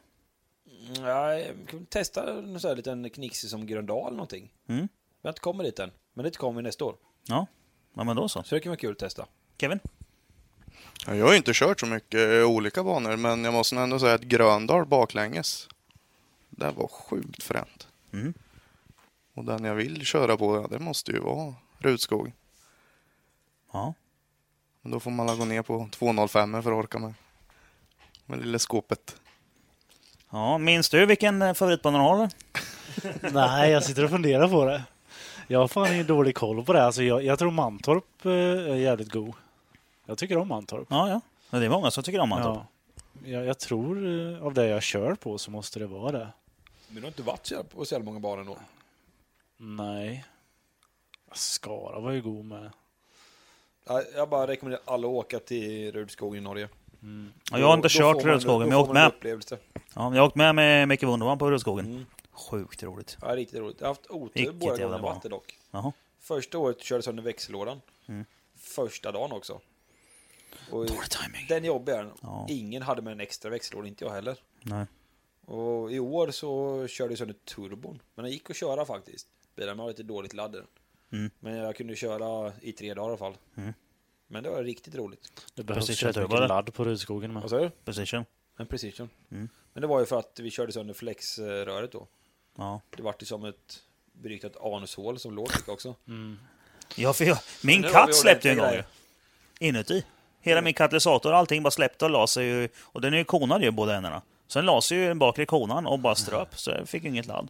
B: Mm, Nej, vi kan testa en sån här liten knixig som Gröndal eller någonting.
A: Mm.
B: Vi har inte kommit dit än, men det kommer vi nästa år.
A: Ja, ja men då så.
B: Så det kan vara kul att testa.
A: Kevin?
D: Ja, Jag har ju inte kört så mycket eh, olika banor, men jag måste ändå säga att Gröndal baklänges, det var sjukt fränt.
A: Mm.
D: Och den jag vill köra på, ja, det måste ju vara Rutskog.
A: Ja.
D: Men då får man la gå ner på 205 för att orka med. Med lilla skåpet.
A: ja. Minns du vilken eh, favoritbana du har? eller?
C: Nej, jag sitter och funderar på det. Jag har fan ingen dålig koll på det. Alltså jag, jag tror Mantorp eh, är jävligt god. Jag tycker om Mantorp.
A: Ja, ja. Men Det är många som tycker om alltså. Mantorp.
C: Ja. Jag, jag tror eh, av det jag kör på så måste det vara det.
B: Men du har inte varit så jävla- på så jävla många banor ändå.
C: Nej. Skara var ju god med.
B: Ja, Jag bara rekommenderar alla att åka till Rudskogen i Norge.
A: Ja, jag har
B: Då-
A: inte
B: då får
A: kört
B: man-
A: Rödskogen, men
B: då
A: jag har
B: får
A: åkt
B: man en
A: med.
B: Upplevelse.
A: Ja, jag har åkt med med Micke Wunderman på Rödskogen.
B: Mm.
A: Sjukt roligt.
B: Ja, riktigt roligt. Jag har haft otur
A: Vilket
B: båda
A: jävla
B: gångerna jag
A: bra.
B: varit det dock.
A: Jaha.
B: Första året körde jag sönder växellådan.
A: Mm.
B: Första dagen också. Och
A: Dålig timing.
B: den jobbiga är den.
A: Ja.
B: Ingen hade med en extra växellåda, inte jag heller.
A: Nej.
B: Och i år så körde jag sönder turbon. Men den gick att köra faktiskt. Bilen var lite dåligt laddad.
A: Mm.
B: Men jag kunde köra i tre dagar i alla fall.
A: Mm.
B: Men det var riktigt roligt.
C: Det behövs
A: Precision
C: rätt
A: turbo,
C: mycket
A: eller?
C: ladd på Rudskogen med.
B: Vad sa du?
A: Precision.
B: En precision.
A: Mm.
B: Men det var ju för att vi körde sönder flexröret då.
A: Ja.
B: Det vart ju som ett beryktat anushål som låg tycker jag också.
A: Ja, för jag, min
B: nu har vi
A: katt släppte ju en gång ju.
B: ordentliga Mm.
A: Inuti. Hela min katalysator och allting bara släppte och la sig ju. Och den är ju konad ju, båda ändarna. Sen la sig ju den bakre konan och bara
B: Mm.
A: ströp, så jag fick ju inget ladd.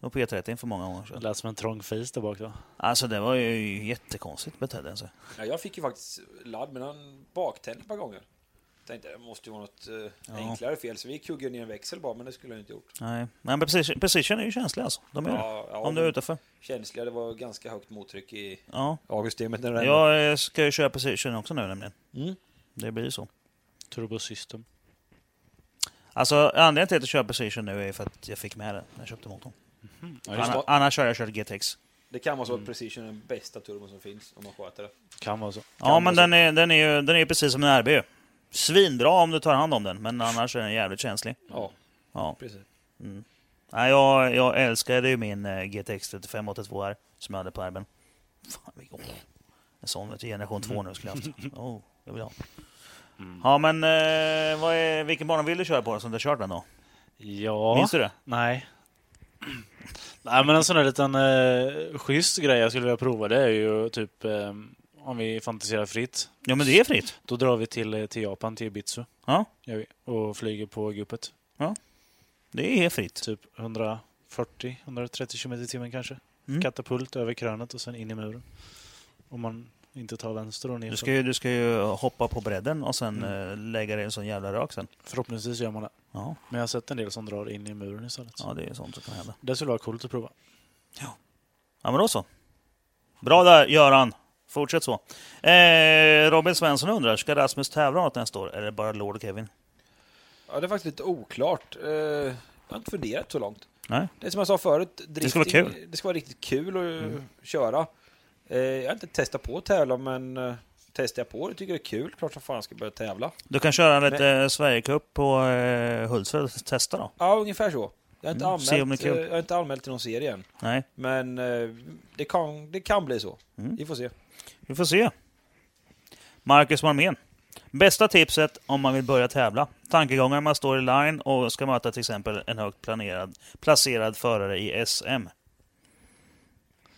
A: Det var på E30 för många år
C: Det
A: sedan.
C: lät som en trång fis där bak då.
A: Alltså det var ju jättekonstigt betedde den sig.
B: Ja, jag fick ju faktiskt ladd med en baktänd ett par gånger. Tänkte det måste ju vara något eh, enklare fel så vi kuggade ner en växel bara men det skulle jag inte gjort.
A: Nej, men precision, precision är ju känslig alltså. De är det.
B: Ja, ja,
A: Om du är utanför.
B: Känsliga, det var ganska högt mottryck i
A: Ja.
B: avgassystemet när det regnade.
A: Jag eh, ska ju köra precision också nu nämligen.
B: Mm.
A: Det blir ju så.
C: Turbo System.
A: Alltså anledningen till att jag kör precision nu är för att jag fick med den när jag köpte motorn.
C: Ja, just
A: Anna,
C: det.
A: annars har jag kört GTX.
B: Det kan vara
A: Mm.
B: så att precision är den bästa turbon som finns om man sköter det.
C: Kan vara så.
A: Ja, men den är, den, är ju, den är ju precis som en RB ju. Svinbra om du tar hand om den, men annars är den jävligt känslig.
B: Ja,
A: Ja. Mm.
B: precis.
A: Nej, jag, jag älskade ju min eh, GTX 3582 R som jag hade på RBn. Fan, vilken... En sån vet du, generation 2 nu skulle jag haft. Oh, jag vill ha. Ja, men eh, vad är, vilken bana vill du köra på som du har kört den då?
C: Ja.
A: Minns du det?
C: Nej. Nej men en sån där liten eh, schysst grej jag skulle vilja prova det är ju typ eh, om vi fantiserar fritt.
A: Ja, men det är fritt.
C: Då drar vi till, eh, till Japan, till Ibiza.
A: Ja.
C: Gör vi, och flyger på guppet.
A: Det är helt fritt.
C: Typ 140-130 km i timmen kanske.
A: Mm.
C: Katapult över krönet och sen in i muren. Om man inte tar vänster och ner.
A: Du ska, ju, du ska ju hoppa på bredden och sen
C: Mm.
A: eh, lägga dig i en sån jävla rök sen.
C: Förhoppningsvis gör man det.
A: Ja,
C: Men jag har sett en del som drar in i muren istället.
A: ja det är ju sånt som kan hända.
C: Det skulle vara coolt att prova.
A: Ja, men då så. Bra där, Göran. Fortsätt så. Eh, Robin Svensson undrar, ska Rasmus tävla något nästa år? Eller är det bara Lord Kevin?
B: Ja, det är faktiskt lite oklart. Eh, Jag har inte funderat så långt.
A: Nej.
B: Det är som jag sa förut. drifting-
A: ska vara kul. Mm.
B: Det ska vara riktigt kul att eh, köra. Eh, Jag har inte testat på att tävla, men eh, testar jag på det tycker jag det är kul. Klart som fan jag ska börja tävla.
A: Du kan köra lite eh, Sverigecup på eh, Hultsfred och testa då.
B: Ja, ungefär så. Jag har inte,
A: Mm, se om det är
B: anmält,
A: kul.
B: eh, jag har inte anmält till någon serie än.
A: Nej,
B: Men eh, det kan, det kan bli så.
A: Mm.
B: Vi får se.
A: vi får se. Marcus Malmén. Bästa tipset om man vill börja tävla. Tankegångar man står i line och ska möta till exempel en högt planerad, placerad förare i SM.
D: Eh.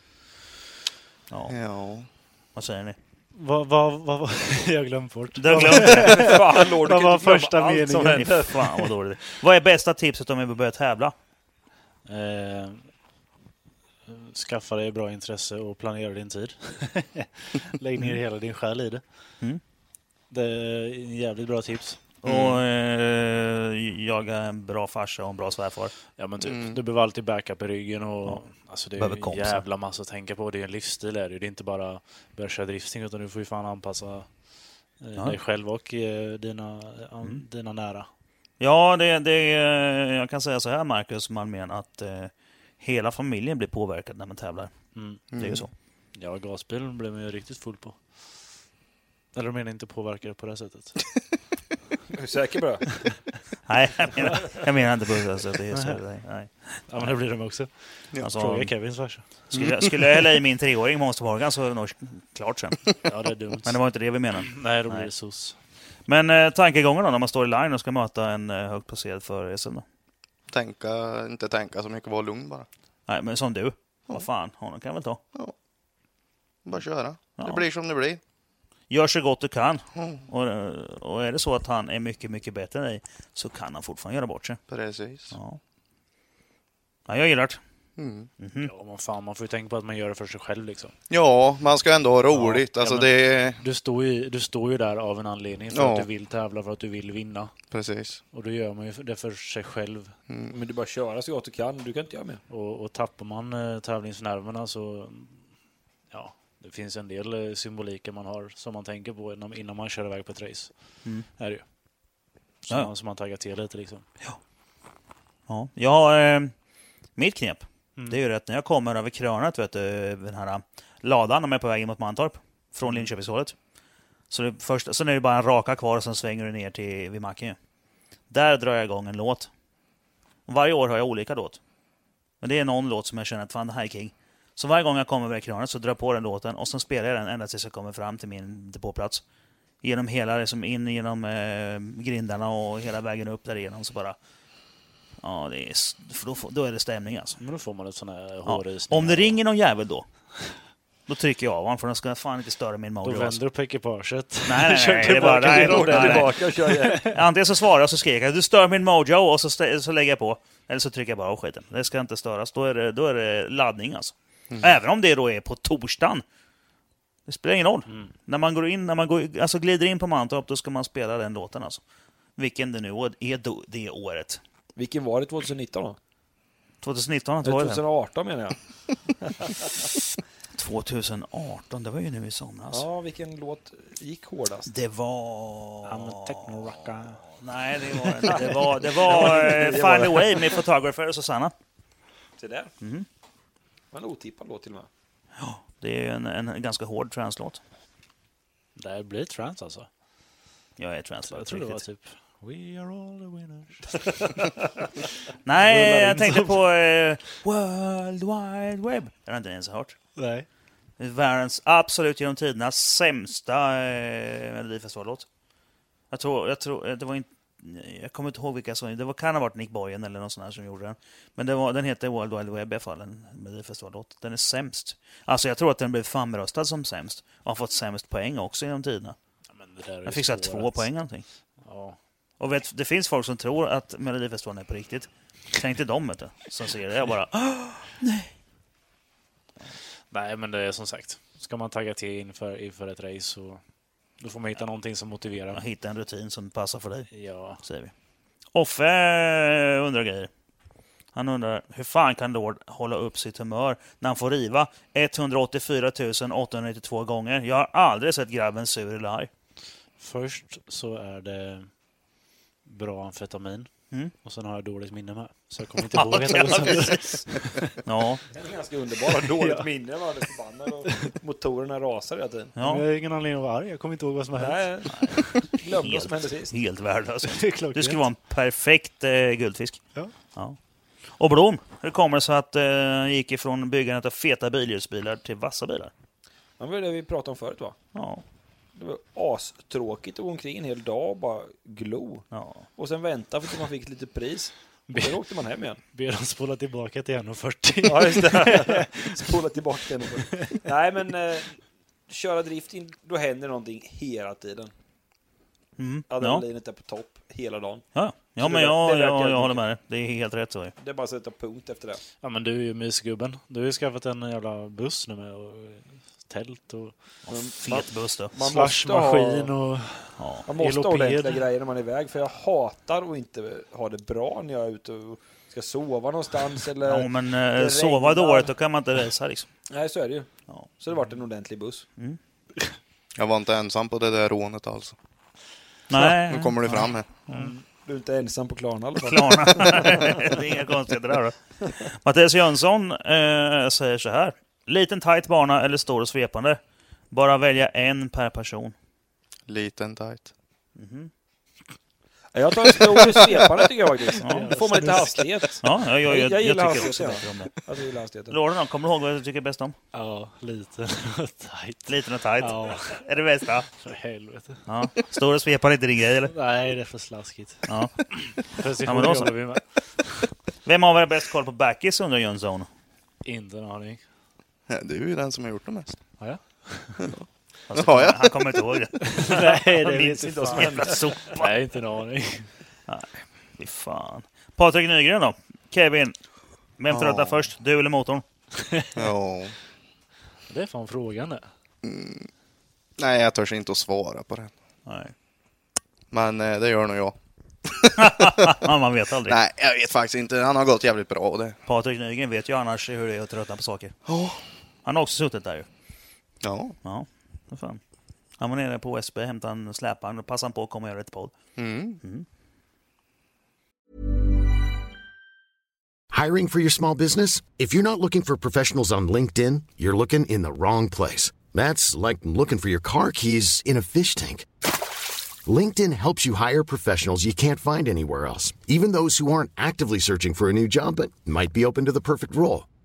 A: Ja,
D: Ja.
A: vad säger ni?
C: Vad vad vad vad- jag glömde bort.
A: Du har glömt det.
B: fan, Lord,
C: Vad var första
B: allt som
C: meningen?
A: Fy Fan vad dåligt. Vad är bästa tipset om vi vill börja tävla?
C: Eh, skaffa dig bra intresse och planera din tid. Lägg ner hela din själ i det.
A: Mm.
C: Det är en jävligt bra tips.
A: Och eh, jaga en bra farsa och en bra svärfar.
C: Ja, men typ,
D: Mm.
C: Du behöver alltid backup i ryggen. Och, alltså, det är
A: Behöver
C: en
A: kompisar.
C: jävla massa att tänka på. Det är en livsstil. Är det. ju. det är inte bara börja köra drifting utan du får ju fan anpassa eh,
A: Ja.
C: dig själv och eh, dina, an,
A: Mm.
C: dina nära.
A: Ja, det, det, eh, jag kan säga så här Marcus Malmén att eh, hela familjen blir påverkad när man tävlar.
C: Mm.
A: Det är ju så.
C: Ja, gasbilen blev man ju riktigt full på. Eller du menar inte påverkad på det här sättet?
B: Är du säker på det?
A: Nej, jag menar, jag menar inte på det sättet. Det är så, nej, nej.
C: ja, men det blir de också.
A: Alltså,
C: Fråga Kevins farsa.
A: skulle, jag- skulle jag hälla i min treåring Monster Morgan så är det nog klart sen.
C: Ja, det är dumt.
A: Men det var inte det vi menade.
C: Nej, då blir
A: Nej.
C: det sos.
A: Men eh, tankegången då när man står i line och ska möta en eh, högt placerad förare sen då?
D: Tänka, inte tänka så mycket, vara lugn bara.
A: Nej, men som du. Vad fan, honom kan jag väl ta.
D: Bara köra.
A: Ja.
D: Det blir som det blir.
A: Gör så gott du kan.
D: Mm.
A: Och, eh, och är det så att han är mycket, mycket bättre än dig så kan han fortfarande göra bort sig.
D: Precis.
A: Ja. Ja, jag gillar det.
D: Mm.
A: Mhm.
C: Ja, men fan, man får ju tänka på att man gör det för sig själv liksom.
D: Ja, man ska ändå ha roligt.
C: Ja,
D: alltså
C: ja, men-
D: det är...
C: Du står ju, du står ju där av en anledning, för
D: Ja.
C: att du vill tävla, för att du vill vinna.
D: Precis. Mm.
C: Och då gör man ju det för sig själv.
B: Men du bara köra så gott du kan. Du kan inte göra mer.
C: Och, och tappar man eh, tävlingsnerverna så... Ja, det finns en del eh, symboliker man har som man tänker på innan, innan man kör iväg på ett race. Är det ju. Som,
A: Mm. Ja.
C: man, som man taggar till lite liksom.
A: Ja, jag har, eh, mitt knep. Det är ju rätt, när jag kommer över krönet, vet du, den här eh, ladan, om jag är på väg in mot Mantorp, från Linköpingshållet. Så det första, sen är det bara en raka kvar och sen svänger du ner till, vid macken ju. Där drar jag igång en låt. Varje år har jag olika låt. Men det är någon låt som jag känner att fan, det här är king. Så varje gång jag kommer över krönet så drar jag på den låten och sen spelar jag den ända tills jag kommer fram till min depåplats. Genom hela, liksom in genom eh, grindarna och hela vägen upp därigenom så bara Ja, det är, s- för då, får- då är det stämning alltså.
C: Men då får man ett sån här
A: Ja.
C: hårrysning.
A: Om det ringer någon jävel då, då trycker jag av honom för den ska fan inte störa min
C: Då
A: mojo.
C: vänder
A: Alltså.
C: du på ekipaget.
A: Nej, nej,
C: Kör
A: nej, det är bara-
C: tillbaka
A: nej,
C: till dem.
A: nej, nej.
C: Tillbaka och kör igen.
A: Antingen så svarar jag och så skriker jag du stör min mojo och så, stä- så lägger jag på. Eller så trycker jag bara av skiten. Det ska inte störas. Då är det, då är det laddning alltså.
C: Mm.
A: Även om det då är på torsdagen. Det spelar ingen roll.
C: Mm.
A: När man, går in, när man går, alltså glider in på Mantorp då ska man spela den låten alltså. Vilken det nu är då, det året.
B: Vilken var det 2019 då?
A: 2019 att
B: Eller
A: vara det.
B: 2018 menar jag.
A: 2018, det var ju nu i somras.
B: Ja, vilken låt gick hårdast?
A: Det var...
C: I'm a techno rocker.
A: Nej, det var det inte. Det var, det var eh, Find a Way med Photographer och Susanna.
B: Se där. Men otippad låt till och med.
A: Det är en, en ganska hård translåt.
C: Det här blir trans alltså.
A: Jag är translåt.
C: Jag tror det var typ We are all the winners.
A: typ- Nej, jag tänkte på eh, World Wide Web. Den har inte ens hört.
C: Nej.
A: Världens absolut genom tiderna sämsta eh, Melodifestivallåt. Jag tror, jag tror, eh, det var inte, jag kommer inte ihåg vilka som, det var, kan ha varit Nick Boyen eller någon sån här som gjorde den. Men det var, den heter World Wide Web i alla fall, en Melodifestivallåt. Den är sämst. Alltså jag tror att den blev framröstad som sämst. Och har fått sämst poäng också genom tiderna.
C: Ja, men det där är ju
A: Den fick så här
C: svårt.
A: två poäng eller någonting.
C: Ja.
A: Och vet, det finns folk som tror att Melodifestivalen är på riktigt. Tänk till dem vet du, som ser det. Jag bara, "Ah,
C: Nej, men det är som sagt. Ska man tagga till inför, inför ett race så då får man hitta någonting som motiverar.
A: hitta en rutin som passar för dig.
C: Ja,
A: säger vi. Offe eh, undrar grejer. Han undrar hur fan kan Lord hålla upp sitt humör när han får riva 184 892 gånger. Jag har aldrig sett grabben sur eller arg.
C: först så är det bra amfetamin
A: Mm.
C: och sen har jag dåligt minne med. Så jag kommer inte ihåg att jag
A: Ja,
C: gått
A: precis. ja,
B: Den är ganska underbar. Dåligt minne, man är förbannad och motorerna rasar hela tiden.
C: Jag
A: ja.
C: har ingen anledning att vara arg. Jag kommer inte ihåg vad som har hänt.
B: Nej, glömde vad som hände sist.
A: Helt värdelös.
C: Det är klockrent.
A: Du skulle vara en perfekt eh, guldfisk.
C: Ja.
A: Ja. Och Blom, hur kommer det sig att eh, han gick ifrån byggandet av feta bilhjulsbilar till vassa bilar?
B: Det var det vi pratade om förut va?
A: Ja,
B: Det var astråkigt att gå omkring en hel dag och bara glo.
A: ja.
B: Och sen vänta för att man fick lite pris. Och Sen åkte man hem igen.
C: Ber dem spola tillbaka till 1,40.
B: Ja, just det. Spola tillbaka den. Nej, men eh, köra drifting, då händer någonting hela tiden.
A: Mm. ja.
B: Adrenalinet är på topp hela dagen.
A: ja. ja
B: det
A: men
B: vä- det
A: jag,
B: verkar
A: jag, jag
B: mycket.
A: håller med dig. Det är helt rätt så. ju.
B: Det är bara att sätta punkt efter det.
C: Ja, men du är ju mysgubben. Du har ju skaffat en jävla buss nu med och tält och
A: Fet buss då.
B: Man måste ha-
C: slashmaskin och...
A: Ja.
B: Man måste ha
C: Eloped.
B: ordentliga grejer när man är iväg, för jag hatar att inte ha det bra när jag är ute och ska sova någonstans eller...
A: Ja, men eh,
B: regnar.
A: sova dåligt, då kan man inte resa liksom.
B: Nej, så är det ju.
A: Ja.
B: Så det vart en ordentlig buss.
D: Jag var inte ensam på det där rånet alltså.
A: Nej,
D: Nu kommer det fram här.
B: Du är inte ensam på Klarna i alla fall.
A: Klarna. det är inga konstigheter där då. Mattias Jönsson eh, säger så här. Liten tight bana eller stor och svepande? Bara välja en per person. Mhm.
D: Liten tight.
B: Jag tar en stor svepare tycker jag faktiskt. Då får man lite hastighet.
A: Ja, jag, jag, jag,
B: Jag
A: jag,
B: gillar
A: tycker också
B: hastigheten,
A: bättre om det.
B: Alltså, jag gillar hastigheten.
A: Lorden då, kommer du ihåg vad du tycker bäst om?
C: Ja, lite tajt.
A: Liten och tight.
C: Ja,
A: Är det bästa?
C: för helvete.
A: Ja. Stor och svepande är inte din grej eller?
C: Nej, det är för slaskigt.
A: Ja. Ja,
C: Precision
A: men då så.
C: jobbar vi med.
A: Vem av er har bäst koll på backis undrar Jönsson?
C: Inte en aning.
D: Ja, du är ju den som har gjort det mest.
C: Har jag?
A: Fast
D: Ja, ja.
A: Alltså, Han kommer inte ihåg det.
C: Nej,
A: Han minns
C: vet
A: inte vad som
C: fan.
A: jävla sopa.
C: Nej, inte en aning.
A: Fy fan. Patrik Nygren då? Kevin, Vem tröttnar först, du eller motorn?
D: Ja.
C: Det är fan frågan det.
D: Nej, jag törs inte att svara på det.
A: Nej,
D: Men eh, det gör nog jag.
A: Ja, man vet aldrig.
D: Nej, jag vet faktiskt inte. Han har gått jävligt bra och det.
A: Patrik Nygren vet ju annars hur det är att tröttna på saker.
D: Ja.
A: Han har också suttit där ju.
D: Ja.
A: Ja, vad fan. Han var nere på SB, hämtade en släpvagn och passade på att komma och göra ett podd.
E: Hiring for your small business? If you're not looking for professionals on LinkedIn, you're looking in the wrong place. That's like looking for your car keys in a fish tank. LinkedIn helps you hire professionals you can't find anywhere else, even those who aren't actively searching for a new job but might be open to the perfect role.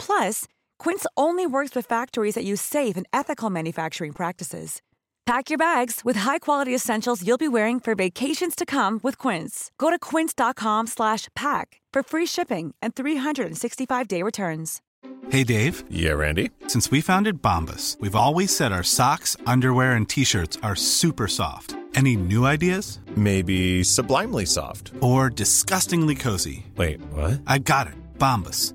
F: Plus, Quince only works with factories that use safe and ethical manufacturing practices. Pack your bags with high-quality essentials you'll be wearing for vacations to come with Quince. Go to quince.com slash pack for free shipping and 365-day returns.
G: Hey Dave,
H: Yeah, Randy.
G: since we founded Bombus, we've always said our socks, underwear, and t shirts are super soft. Any new ideas?
H: Maybe sublimely soft.
G: Or disgustingly cozy?
H: Wait, what?
G: I got it, Bombus.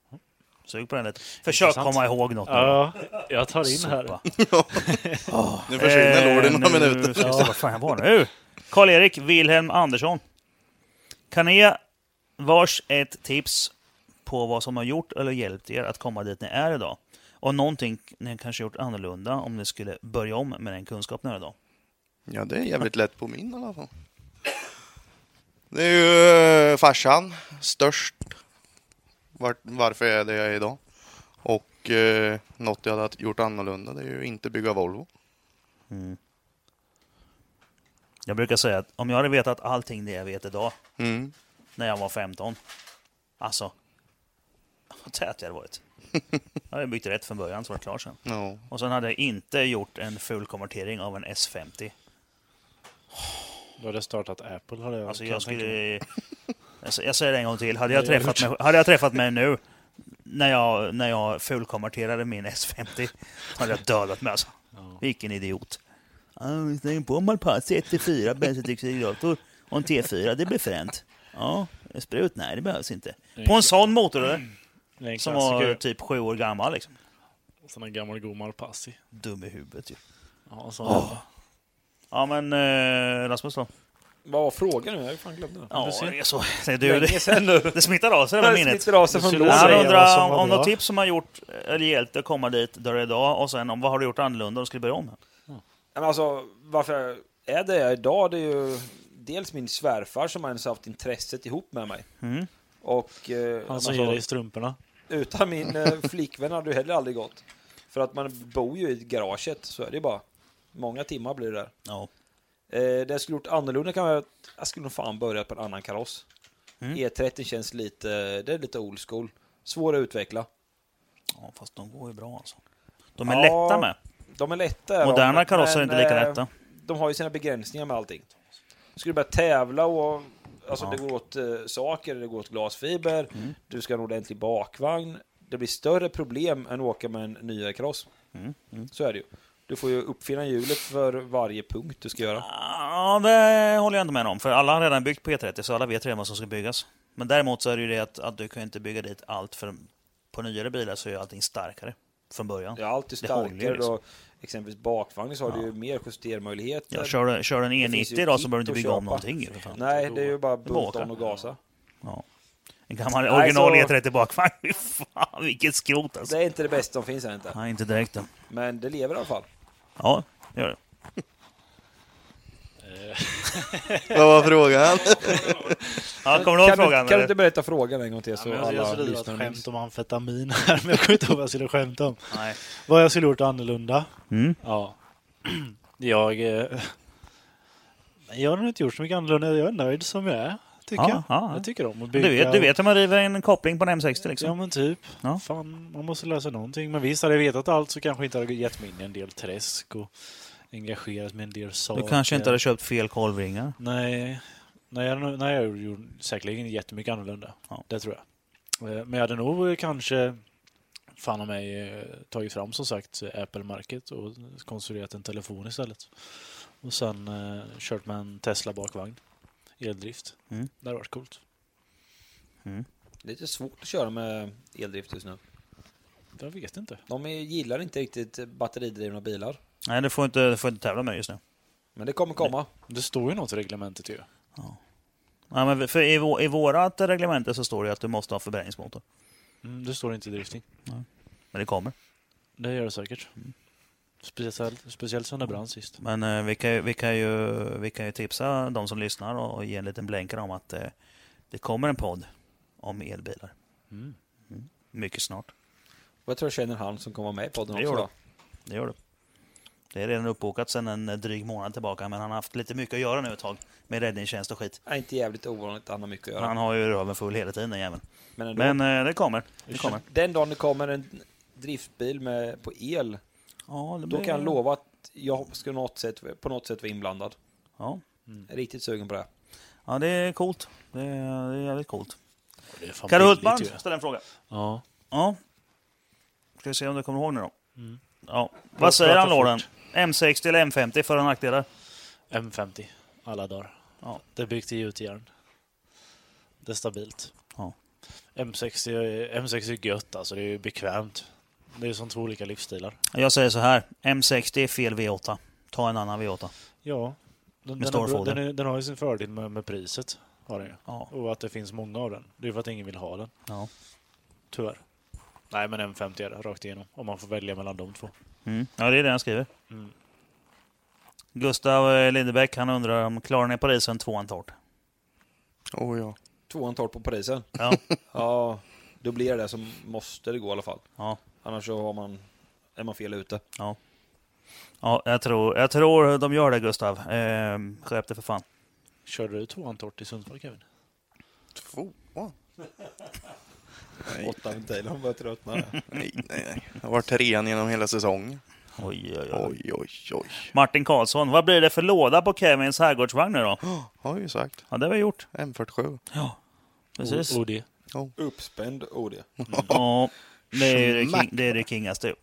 A: Sug på den lite. Försök
C: Intressant.
A: komma ihåg något. nu.
C: Ja, jag tar in här.
A: Sopa.
D: Nu försvinner
A: Eh,
D: Lord i
A: nu
D: några minuter.
A: ska vi se, Vad fan var det nu? Karl-Erik Wilhelm Andersson. Kan ni ge vars ett tips på vad som har gjort eller hjälpt er att komma dit ni är idag? Och någonting ni kanske gjort annorlunda om ni skulle börja om med den kunskap ni har idag?
D: Ja, det är jävligt lätt på min i alla fall. Det är ju eh, farsan, störst. Vart, varför jag är det jag är idag. Och eh, något jag hade gjort annorlunda, det är ju inte bygga Volvo.
A: Jag brukar säga att om jag hade vetat allting det jag vet idag,
D: Mm.
A: när jag var 15, alltså, vad tät jag hade varit. Jag hade byggt rätt från början så var det klart sen.
D: Ja.
A: Och sen hade jag inte gjort en full konvertering av en S50
C: Du hade startat Apple. Hade jag,
A: Alltså
C: kan
A: jag
C: tänka mig.
A: skulle... Jag sä- jag säger det en gång till. Hade jag
C: Nej, jag
A: träffat mig, hade jag träffat mig nu, när jag, när jag fullkonverterade min S50, hade jag dödat mig alltså. Vilken idiot. Ja, vi slänger på en Malpazzi 1-4 bensindioxidrotor och en T4, det blir fränt. Ja, en sprut? Nej, det behövs inte. På en sån motor eller?
C: Det är en
A: Som
C: klassiker.
A: var typ sju år gammal liksom.
C: Sån här gammal god Malpassi.
A: Dum i huvudet ju.
C: Ja, en sån oh.
A: Ja men eh, Rasmus då?
B: Vad var frågan nu? Jag har fan glömt den.
A: Ja, det är så. Det, det,
B: Länge sedan nu.
A: det smittar av sig det här
B: Jag
A: med minnet.
B: smittar av sig
C: Du
B: från
C: skulle
B: lådan.
C: säga-
A: Han
C: säga vad
A: Alltså,
C: som
A: undrar om,
C: var
A: om något
C: bra.
A: tips som har gjort eller hjälpt dig att komma dit där du är idag och sen om vad har du gjort annorlunda och skulle börja om?
B: Men alltså, varför jag är det jag är idag? Det är ju dels min svärfar som har ens haft intresset ihop med mig.
A: Mm.
B: Och eh,
C: Han som
B: alltså,
C: ger dig strumporna.
B: utan min eh, flickvän hade det heller aldrig gått. För att man bor ju i garaget, så är det ju bara. Många timmar blir det där.
A: Ja.
B: Eh, det jag skulle gjort annorlunda kan jag... Jag skulle nog fan börjat på en annan kaross.
A: Mm.
B: E30 känns lite... Det är lite old school. Svår att utveckla.
A: ja, fast de går ju bra alltså. De är
B: Ja,
A: lätta med.
B: De är lätta. är de,
A: Moderna karosser är inte lika
B: eh,
A: lätta.
B: De har ju sina begränsningar med allting. Ska du börja tävla och... Alltså
A: Ja. Mm.
B: det går åt eh, saker, det går åt glasfiber, du ska ha en ordentlig bakvagn. Det blir större problem än att åka med en nyare kaross.
A: Mm,
B: Så är det ju. Du får ju uppfinna hjulet för varje punkt du ska göra.
A: Ja, det håller jag inte med om. För alla har redan byggt på E30 så alla vet redan vad som ska byggas. Men däremot så är det ju det att, att du kan ju inte bygga dit allt för på nyare bilar så är ju allting starkare från början.
B: Det är alltid
A: Det håller ju
B: starkare
A: liksom.
B: och exempelvis bakvagn så har du ju mer justermöjligheter.
A: Ja, kör, du- kör du en
B: Det finns
A: E90
B: ju
A: idag
B: kit
A: så behöver du inte
B: att
A: bygga om
B: köpa.
A: någonting. ju, För fan.
B: Nej, det är ju bara
A: bara åka.
B: bulta om och gasa.
A: Ja. En gammal
B: Nej,
A: original
B: så-
A: E30 bakvagn. Fy fan, vilket skrot alltså.
B: Det är inte det bästa som finns här inte.
A: Nej, inte direkt då.
B: Men det lever i alla fall.
A: Ja, det gör det.
C: Eh,
D: Vad var frågan?
A: Ja, kommer du ihåg frågan?
B: kan du, kan du
A: eller?
B: inte berätta frågan en gång till så
C: men jag,
B: alla
C: Alltså, jag skulle dra
B: lyssnare
C: ett
B: minns?
C: skämt om amfetamin här, men jag kommer inte ihåg vad jag skulle skämta om.
A: Nej.
C: Vad jag skulle gjort annorlunda?
A: Mm.
C: Ja. Jag... Eh, jag har nog inte gjort så mycket annorlunda. Jag är nöjd som jag är, tycker
A: Ja,
C: jag.
A: ja.
C: Jag tycker om att bygga.
A: Du vet, du vet hur man river en koppling på en M60 liksom?
C: Ja, men typ.
A: Ja.
C: Fan, man måste läsa någonting. Men visst, hade jag vetat allt så kanske jag inte hade gett mig in i en del träsk och engagerat mig i en del saker.
A: Du kanske inte hade köpt fel kolvringar.
C: Nej, nej, jag, hade nog- nej, jag gjorde säkerligen jättemycket annorlunda.
A: Ja.
C: Det tror jag. Eh, Men jag hade nog eh, kanske, fan om mig, eh, tagit fram som sagt eh, Apple Market och konstruerat en telefon istället. Och sen eh, kört med en Tesla bakvagn. Eldrift.
A: Mm.
C: Det hade varit coolt.
B: Lite svårt att köra med eldrift just nu.
C: Jag vet inte.
B: De är- gillar inte riktigt batteridrivna bilar.
A: Nej, du får inte, du får inte tävla med just nu.
B: Men det kommer komma.
C: Det står ju något i reglementet ju.
A: Ja, men för i, vå- I vårat reglemente så står det ju att du måste ha förbränningsmotor.
C: Mm, det står inte i drifting.
A: Men det kommer.
C: Det gör det säkert.
A: Mm.
C: Speciellt, speciellt sen det brann sist.
A: Men eh, vi, kan ju, vi, kan ju, vi kan ju tipsa de som lyssnar och, och ge en liten blänkare om att eh, det kommer en podd om elbilar. Mm. Mycket snart.
B: Och jag tror jag känner han som kommer med i podden
A: Det
B: också.
A: gör
B: Då.
A: Det gör det. Det är redan uppbokat sedan en dryg månad tillbaka, men han har haft lite mycket att göra nu ett tag. Med räddningstjänst och skit.
B: Är inte jävligt ovanligt, han har mycket att göra.
A: Han har ju röven full hela tiden, den jäveln.
B: Men ändå.
A: Men eh, det kommer. Det kommer.
B: Den dagen det kommer en driftbil med, på el,
A: Ja, det
B: då
A: blir-
B: kan jag lova att jag ska något sätt, på något sätt vara inblandad.
A: Ja.
B: Jag är riktigt sugen på det.
A: ja, det är coolt. Det är, det är jävligt coolt.
C: Det är fan
A: Kalle
C: billigt
A: Hultman
C: ju.
A: ställer en fråga.
C: Ja.
A: Ja. Ska vi se om du kommer ihåg nu då.
C: Mm.
A: Ja. Vad säger
C: prata
A: han, Lorden?
C: fort.
A: M60 eller M50 för och nackdelar?
C: M50. Alla dagar.
A: Ja.
C: Det är byggt i gjutjärn. Det är stabilt.
A: Ja.
C: M60, är- M60 är gött alltså. Det är ju bekvämt. Det är som två olika livsstilar.
A: Jag säger så här. M60 är fel V8. Ta en annan V8.
C: Ja. Den,
A: Med
C: den, har, bra-
A: storfoder.
C: den, är, den har ju sin fördel med, med priset. Har den ju.
A: Ja.
C: Och att det finns många av den. Det är ju för att ingen vill ha den.
A: Ja.
C: Tyvärr. Nej, men M50 är det rakt igenom. Om man får välja mellan de två.
A: Mm. ja, det är det han skriver.
C: Mm.
A: Gustav eh, Lindebäck han undrar om klarar ni Parisen tvåan torrt?
D: Oh, ja.
B: Tvåan torrt på polisen.
A: Ja.
B: Ja, då blir det som måste det gå i alla fall.
A: ja.
B: Annars så har man, är man fel ute.
A: Ja, jag tror, jag tror de gör det Gustav. Eh, skärp dig för fan.
C: Körde du tvåan torrt i Sundsvall Kevin?
D: Tvåan?
B: Åtta ventiler, man börjar tröttna.
D: Nej, nej, nej. Det har varit trean genom hela säsongen.
A: Oj, oj, oj.
D: Oj, oj, oj.
A: Martin Karlsson, vad blir det för låda på Kevins herrgårdsvagn nu då?
D: Har ju sagt.
A: Ja, det har vi gjort.
D: M47.
A: Precis.
C: Och, och det.
B: Uppspänd OD.
D: Oh.
A: Ja, det är det, king, det, är det kingaste.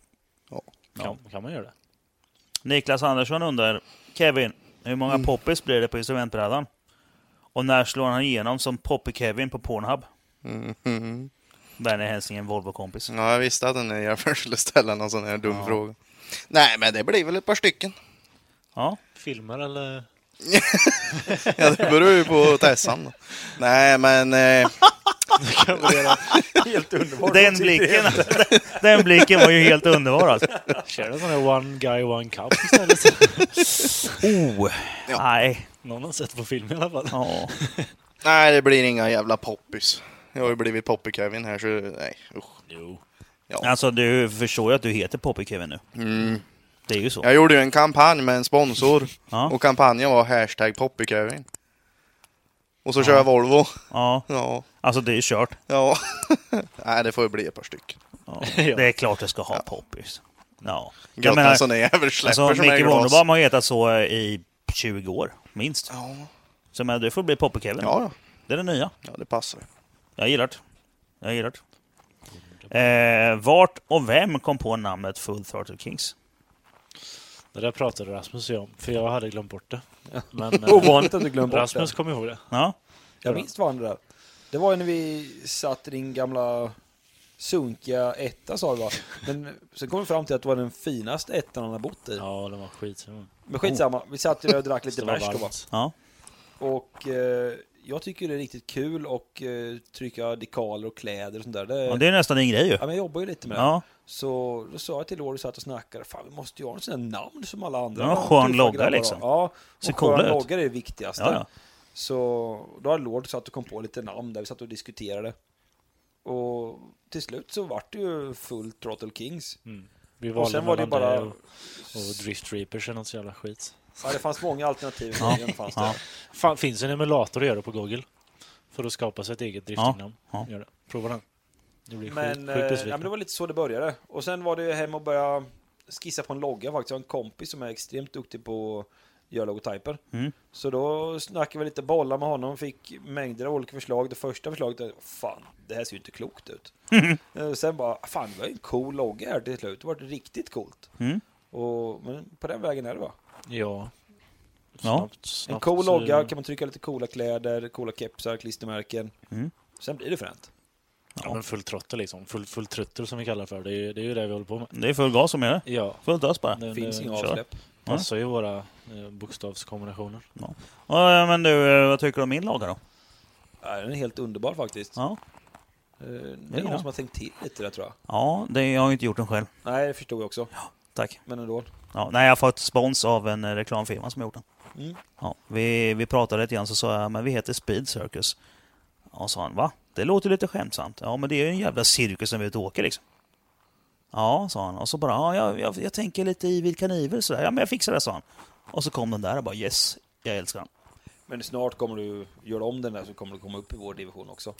C: Kan, kan man göra det?
A: Niklas Andersson undrar, Kevin, hur många poppis blir det på instrumentbrädan? Och när slår han igenom som Poppy-Kevin på Pornhub?
D: Mhm.
A: Vänlig hälsning, en Volvo-kompis.
D: Ja, jag visste att den här jäveln skulle ställa någon sån här dum fråga. Nej, men det blir väl ett par stycken.
A: Ja,
C: Filmer eller?
D: Ja, det beror ju på Tessan. då. Nej, men... Eh,
B: Helt underbart.
A: den blicken, den blicken var ju helt underbar alltså.
C: Kör en sån här One Guy One Cup istället.
A: Oh, nej.
C: Någon har sett på film i alla fall.
A: Ja.
D: nej, det blir inga jävla poppis. Jag har ju blivit poppy-Kevin här, så nej. Usch.
C: Jo.
A: Alltså du förstår ju att du heter Poppy-Kevin nu.
D: Mm.
A: Det är ju så.
D: Jag gjorde ju en kampanj med en sponsor.
A: Ja.
D: Och kampanjen var hashtag poppy-Kevin. Och så kör jag Volvo.
A: Ja,
D: Ja,
A: alltså det är ju kört.
D: ja. nej, det får ju bli ett par stycken.
A: Ja.
C: Ja.
A: Det är klart det ska ha poppis. Ja. Jag
D: Gött
A: menar-
D: när sån där jävel släpper
A: Alltså,
D: som är
A: Micke
D: glas.
A: Wunderbaum har hetat så eh, i 20 år, minst.
D: Ja,
A: Så men, du får bli Poppy-Kevin.
D: ja, ja.
A: Det är det nya.
D: ja, det passar.
A: Jag gillar det. Jag gillar det. Eh, vart och vem kom på namnet Full Throttle Kings?
C: Det där pratade Rasmus och jag om, för jag hade glömt bort det. Men, eh,
B: Ovanligt att du glömde bort
C: Rasmus
B: det.
C: kom ihåg det.
A: Ja,
B: Jag minns vad det där. Det var ju när vi satt i din gamla sunkiga etta sa du va? Men sen kom vi fram till att det var den finaste ettan han har bott i.
C: Ja, det var skit.
B: Men skitsamma, vi satt ju där och drack
C: Det
B: lite
C: var
B: bärs då va?
C: varmt.
A: ja.
B: Och eh, jag tycker det är riktigt kul och eh, trycka dekaler och kläder och sånt där. Det,
A: Ja, det är nästan en grej ju.
B: ja, men jag jobbar ju lite med det.
A: Ja,
B: Så då sa jag till Lori, satt och snackade, fan vi måste ju ha en sån här namn som alla andra.
A: Ja,
B: namn,
A: skön
B: tuffa
A: logga
B: grabbar.
A: liksom.
B: Ja,
A: Ser
B: och
A: coola
B: skön
A: ut.
B: logga är det viktigaste.
A: ja, ja.
B: Så då hade Lord satt och kom på lite namn där, vi satt och diskuterade. Och till slut så vart det ju full Throttle Kings.
C: Mm. Vi
B: Och
C: valde
B: sen var det ju
C: mellan
B: bara,
C: och, och Drift Reapers eller något så jävla skit.
B: ja, det fanns många alternativ. Ja. Fanns det.
A: ja.
C: Fan, finns en emulator att göra på Google? För att skapa sig ett eget driftingnamn.
A: ja.
C: Gör det. Prova den. Du blir
B: Men,
C: sjukt, sjukt
B: eh, ja,
C: besviken.
B: men det var lite så det började. Och sen var det ju hem och börja skissa på en logga faktiskt. Jag har en kompis som är extremt duktig på att göra logotyper.
A: Mm.
B: Så då snackade vi lite bollar med honom, fick mängder av olika förslag. Det första förslaget är fan, det här ser ju inte klokt ut. Eh, Sen bara, fan vi har ju en cool logga här till slut. Det var riktigt coolt.
A: Mm.
B: Och, men på den vägen är det va?
C: Ja.
A: Ja.
C: Snabbt, snabbt,
B: En cool
C: så-
B: logga, kan man trycka lite coola kläder, coola kepsar, klistermärken.
A: Mm.
B: Sen blir det fränt.
C: Ja, men full trottel liksom. Full, full truttel som vi kallar för. Det är, ju- det är ju det vi håller på med.
A: Det är full gas som är det.
C: Ja.
A: Fullt ös bara.
C: Det,
B: Finns
C: det
B: inga
A: eh, kör.
B: avsläpp.
C: passar ju våra eh, bokstavskombinationer.
A: Ja, men du, eh, vad tycker du om min logga då?
B: Nej, den är helt underbar faktiskt.
A: Ja,
B: Eh, Det
A: Ja.
B: är någon som har tänkt till lite där tror jag.
A: ja det, jag har ju inte gjort den själv.
B: Nej, det förstod jag också.
A: Tack.
B: Men ändå.
A: Ja, nej, jag har fått spons av en eh, reklamfirma som har gjort den.
B: Mm.
A: Ja, vi, vi pratade lite grann så sa jag, men vi heter Speed Circus. Ja, sa han, va? Det låter lite skämtsamt. Ja, men det är ju en jävla cirkus när vi är ute och åker liksom. Ja, sa han. Och så bara, ja, jag, jag, jag tänker lite i vilken iver sådär. Ja, men jag fixar det, sa han. Och så kom den där och bara, yes, jag älskar den.
B: Men snart kommer du göra om den där så kommer du komma upp i vår division också.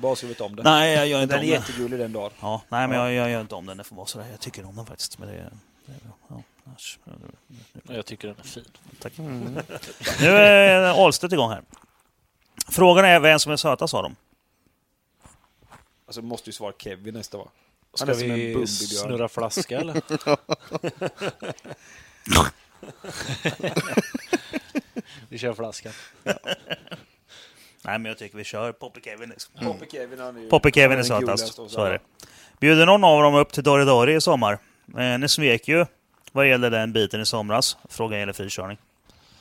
B: Bara så vi vet om det.
A: Nej, jag gör inte
B: den är
A: om det.
B: jättegullig den dagen.
A: Ja, nej, men jag, jag gör inte om den. Det får vara sådär. Jag tycker om den faktiskt. Men det, det är bra. Ja, annars-
C: Och jag tycker den är fin.
A: Tack. Nu är Ahlstedt igång här. Frågan är vem som är sötast av dem.
B: Alltså vi måste ju svara Kevin nästa va?
C: Ska
B: är som en
C: vi
B: bumbibjörn.
C: snurra flaska eller? vi kör flaskan.
A: Nej, men jag tycker vi kör Poppy Kevin. Liksom.
B: Mm. Poppe Kevin han är ju...
A: Poppy Kevin är
B: han den
A: sötast.
B: gulaste av oss
A: Så är
B: alla.
A: det. Bjuder någon av dem upp till Dori Dori i sommar? Eh, ni svek ju vad gäller den biten i somras. Frågan gäller frikörning.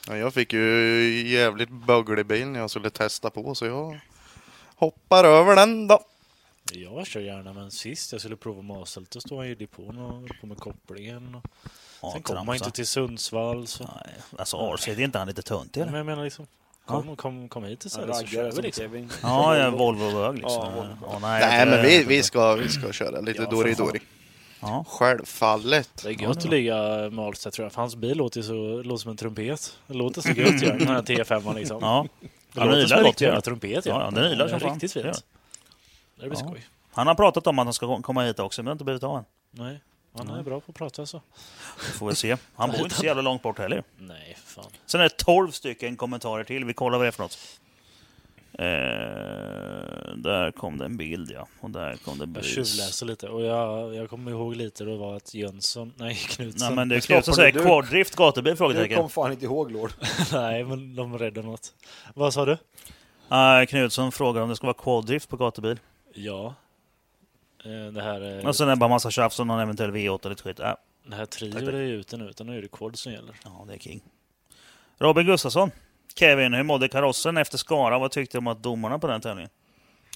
D: Ja, jag fick ju jävligt böglig bil när jag skulle testa på så jag hoppar över den då.
C: Jag kör gärna, men sist jag skulle prova Maselt då stod han ju i depån och höll på med kopplingen. Och
A: Ja,
C: sen kom han
A: tramsa.
C: inte till Sundsvall. Så.
A: Nej, alltså Ahlstedt, är inte han lite töntig
C: Men
A: eller?
C: jag menar liksom, kom, kom, kom hit till
B: Han
C: Sverige så kör
B: raggar
C: vi
B: som
C: liksom.
B: Kevin.
A: Ja, ja Volvo-bög liksom.
B: Ja, Volvo.
A: Ja,
D: Nej,
A: det-
D: men vi, vi, ska, vi ska köra lite
A: Ja, för
D: Dori
A: fan.
D: Dori.
A: Ja.
D: Självfallet.
C: Det är gött att ligga med Ahlstedt tror jag, för hans bil låter, ju så, låter som en trumpet. Det låter så gött gör den, den här T5an liksom.
A: Ja.
C: Det
A: Ja, den
C: låter
A: gillar
C: som en
A: gott,
C: riktig
A: ja.
C: jävla trumpet.
A: Ja, ja, den gillar som fan.
C: riktigt
A: Det gör
C: fint. Det blir
A: Ja.
C: skoj.
A: Han har pratat om att han ska komma hit också, men det har inte blivit av än.
C: Nej, han är bra på att prata alltså. så.
A: Får vi se. Han bor inte så jävla långt bort heller.
C: Nej, fan.
A: Sen är det 12 stycken kommentarer till. Vi kollar vad det är för något. Eh, där kom det en bild ja. Och där kom det en
C: Jag
A: bild.
C: tjuvläser lite och jag, jag kommer ihåg lite då var att Jönsson, nej Knutsson,
A: Nej men det är
B: stoppar
A: kul att säga
B: du.
A: quaddrift gatubil?
B: Du
A: Frågetecken.
B: kom fan inte ihåg Lord.
C: nej men de räddade något. Vad sa du?
A: Nej, Knutsson frågar om det ska vara quaddrift på gatubil.
C: Ja. Eh, Det här, eh,
A: Och sen är det bara massa tjafs om någon eventuell V8 och lite skit. Äh,
C: det här trio
A: tack,
C: är
A: tack.
C: ju ute nu, utan nu är det kod som gäller.
A: ja, det är king. Robin Gustafsson. Kevin, hur mådde karossen efter Skara? Vad tyckte du om att domarna på den tävlingen?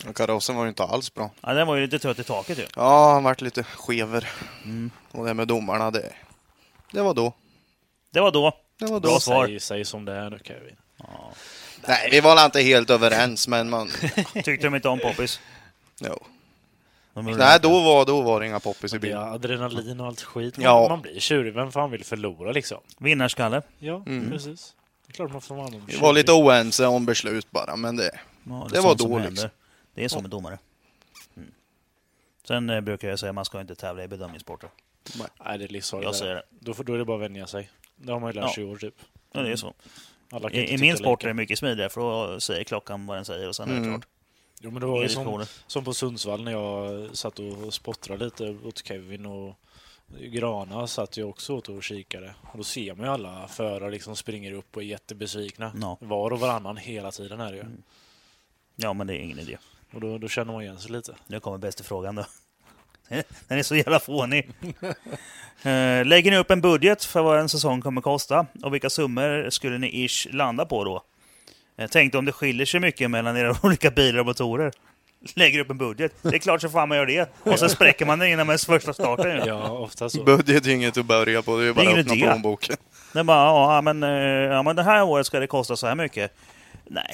D: Och Karossen var ju inte alls bra.
A: Ja, den var ju lite trött i taket ju.
D: Ja, han vart lite skever. Och det med domarna, det, det var då.
A: Det var då.
D: Det var då.
A: Bra svar.
C: Säg, säg som det är nu Kevin.
D: Nej, vi var väl inte helt överens, men man...
A: Tyckte de inte om poppis.
D: Jo.
A: De gjorde
D: Nej, då var, då var det inga poppis
C: Det
D: i
C: är
D: bilen.
C: adrenalin och allt skit. Man,
D: Ja.
C: man blir tjurig, vem fan vill förlora liksom?
A: Vinnarskalle.
C: Ja, precis. Det är klart man får vara någon
D: Vi var lite
C: tjurig.
D: oense om beslut bara, men det...
A: Ja, det är
D: Det
A: sånt
D: var
A: som
D: dåligt.
A: händer. Det är som en domare. Mm. Sen eh, brukar jag säga att man ska inte tävla i bedömningssporter.
C: Nej, det är livsfarligt.
A: Jag
C: det
A: säger
C: där.
A: det.
C: Då, får, då är det bara att vänja sig. Det har man ju lärt
A: Ja.
C: sig i år typ.
A: Ja, det är så.
C: Alla kan inte
A: I, i
C: tycka
A: min sport är
C: lika.
A: det mycket smidigare för då säger klockan vad den säger och sen
D: Mm.
A: är det klart.
C: Jo, men det var
A: Inga
C: ju som,
A: diskussioner.
C: som på Sundsvall när jag satt och spottrade lite åt Kevin och Grana satt jag också åt och kikade. Och då ser man ju alla förare liksom springer upp och är jättebesvikna.
A: Mm. Ja.
C: Var och varannan hela tiden är det ju.
A: Ja, men det är ingen idé.
C: Och då, då känner man igen sig lite.
A: Nu kommer bästa frågan då. Den är så jävla fånig. Eh, Lägger ni upp en budget för vad en säsong kommer kosta? Och vilka summor skulle ni ish landa på då? Jag tänkte om det skiljer sig mycket mellan era olika bilar och motorer. Lägger upp en budget. Det är klart så fan man gör det. Och så spräcker man den innan med första starten. ju.
C: Ja, ofta så.
D: Budget är inget att börja på, det är bara
A: ingen
D: att öppna
A: idé.
D: plånboken.
A: Det är bara, ja men, eh, ja men det här året ska det kosta så här mycket. Nej.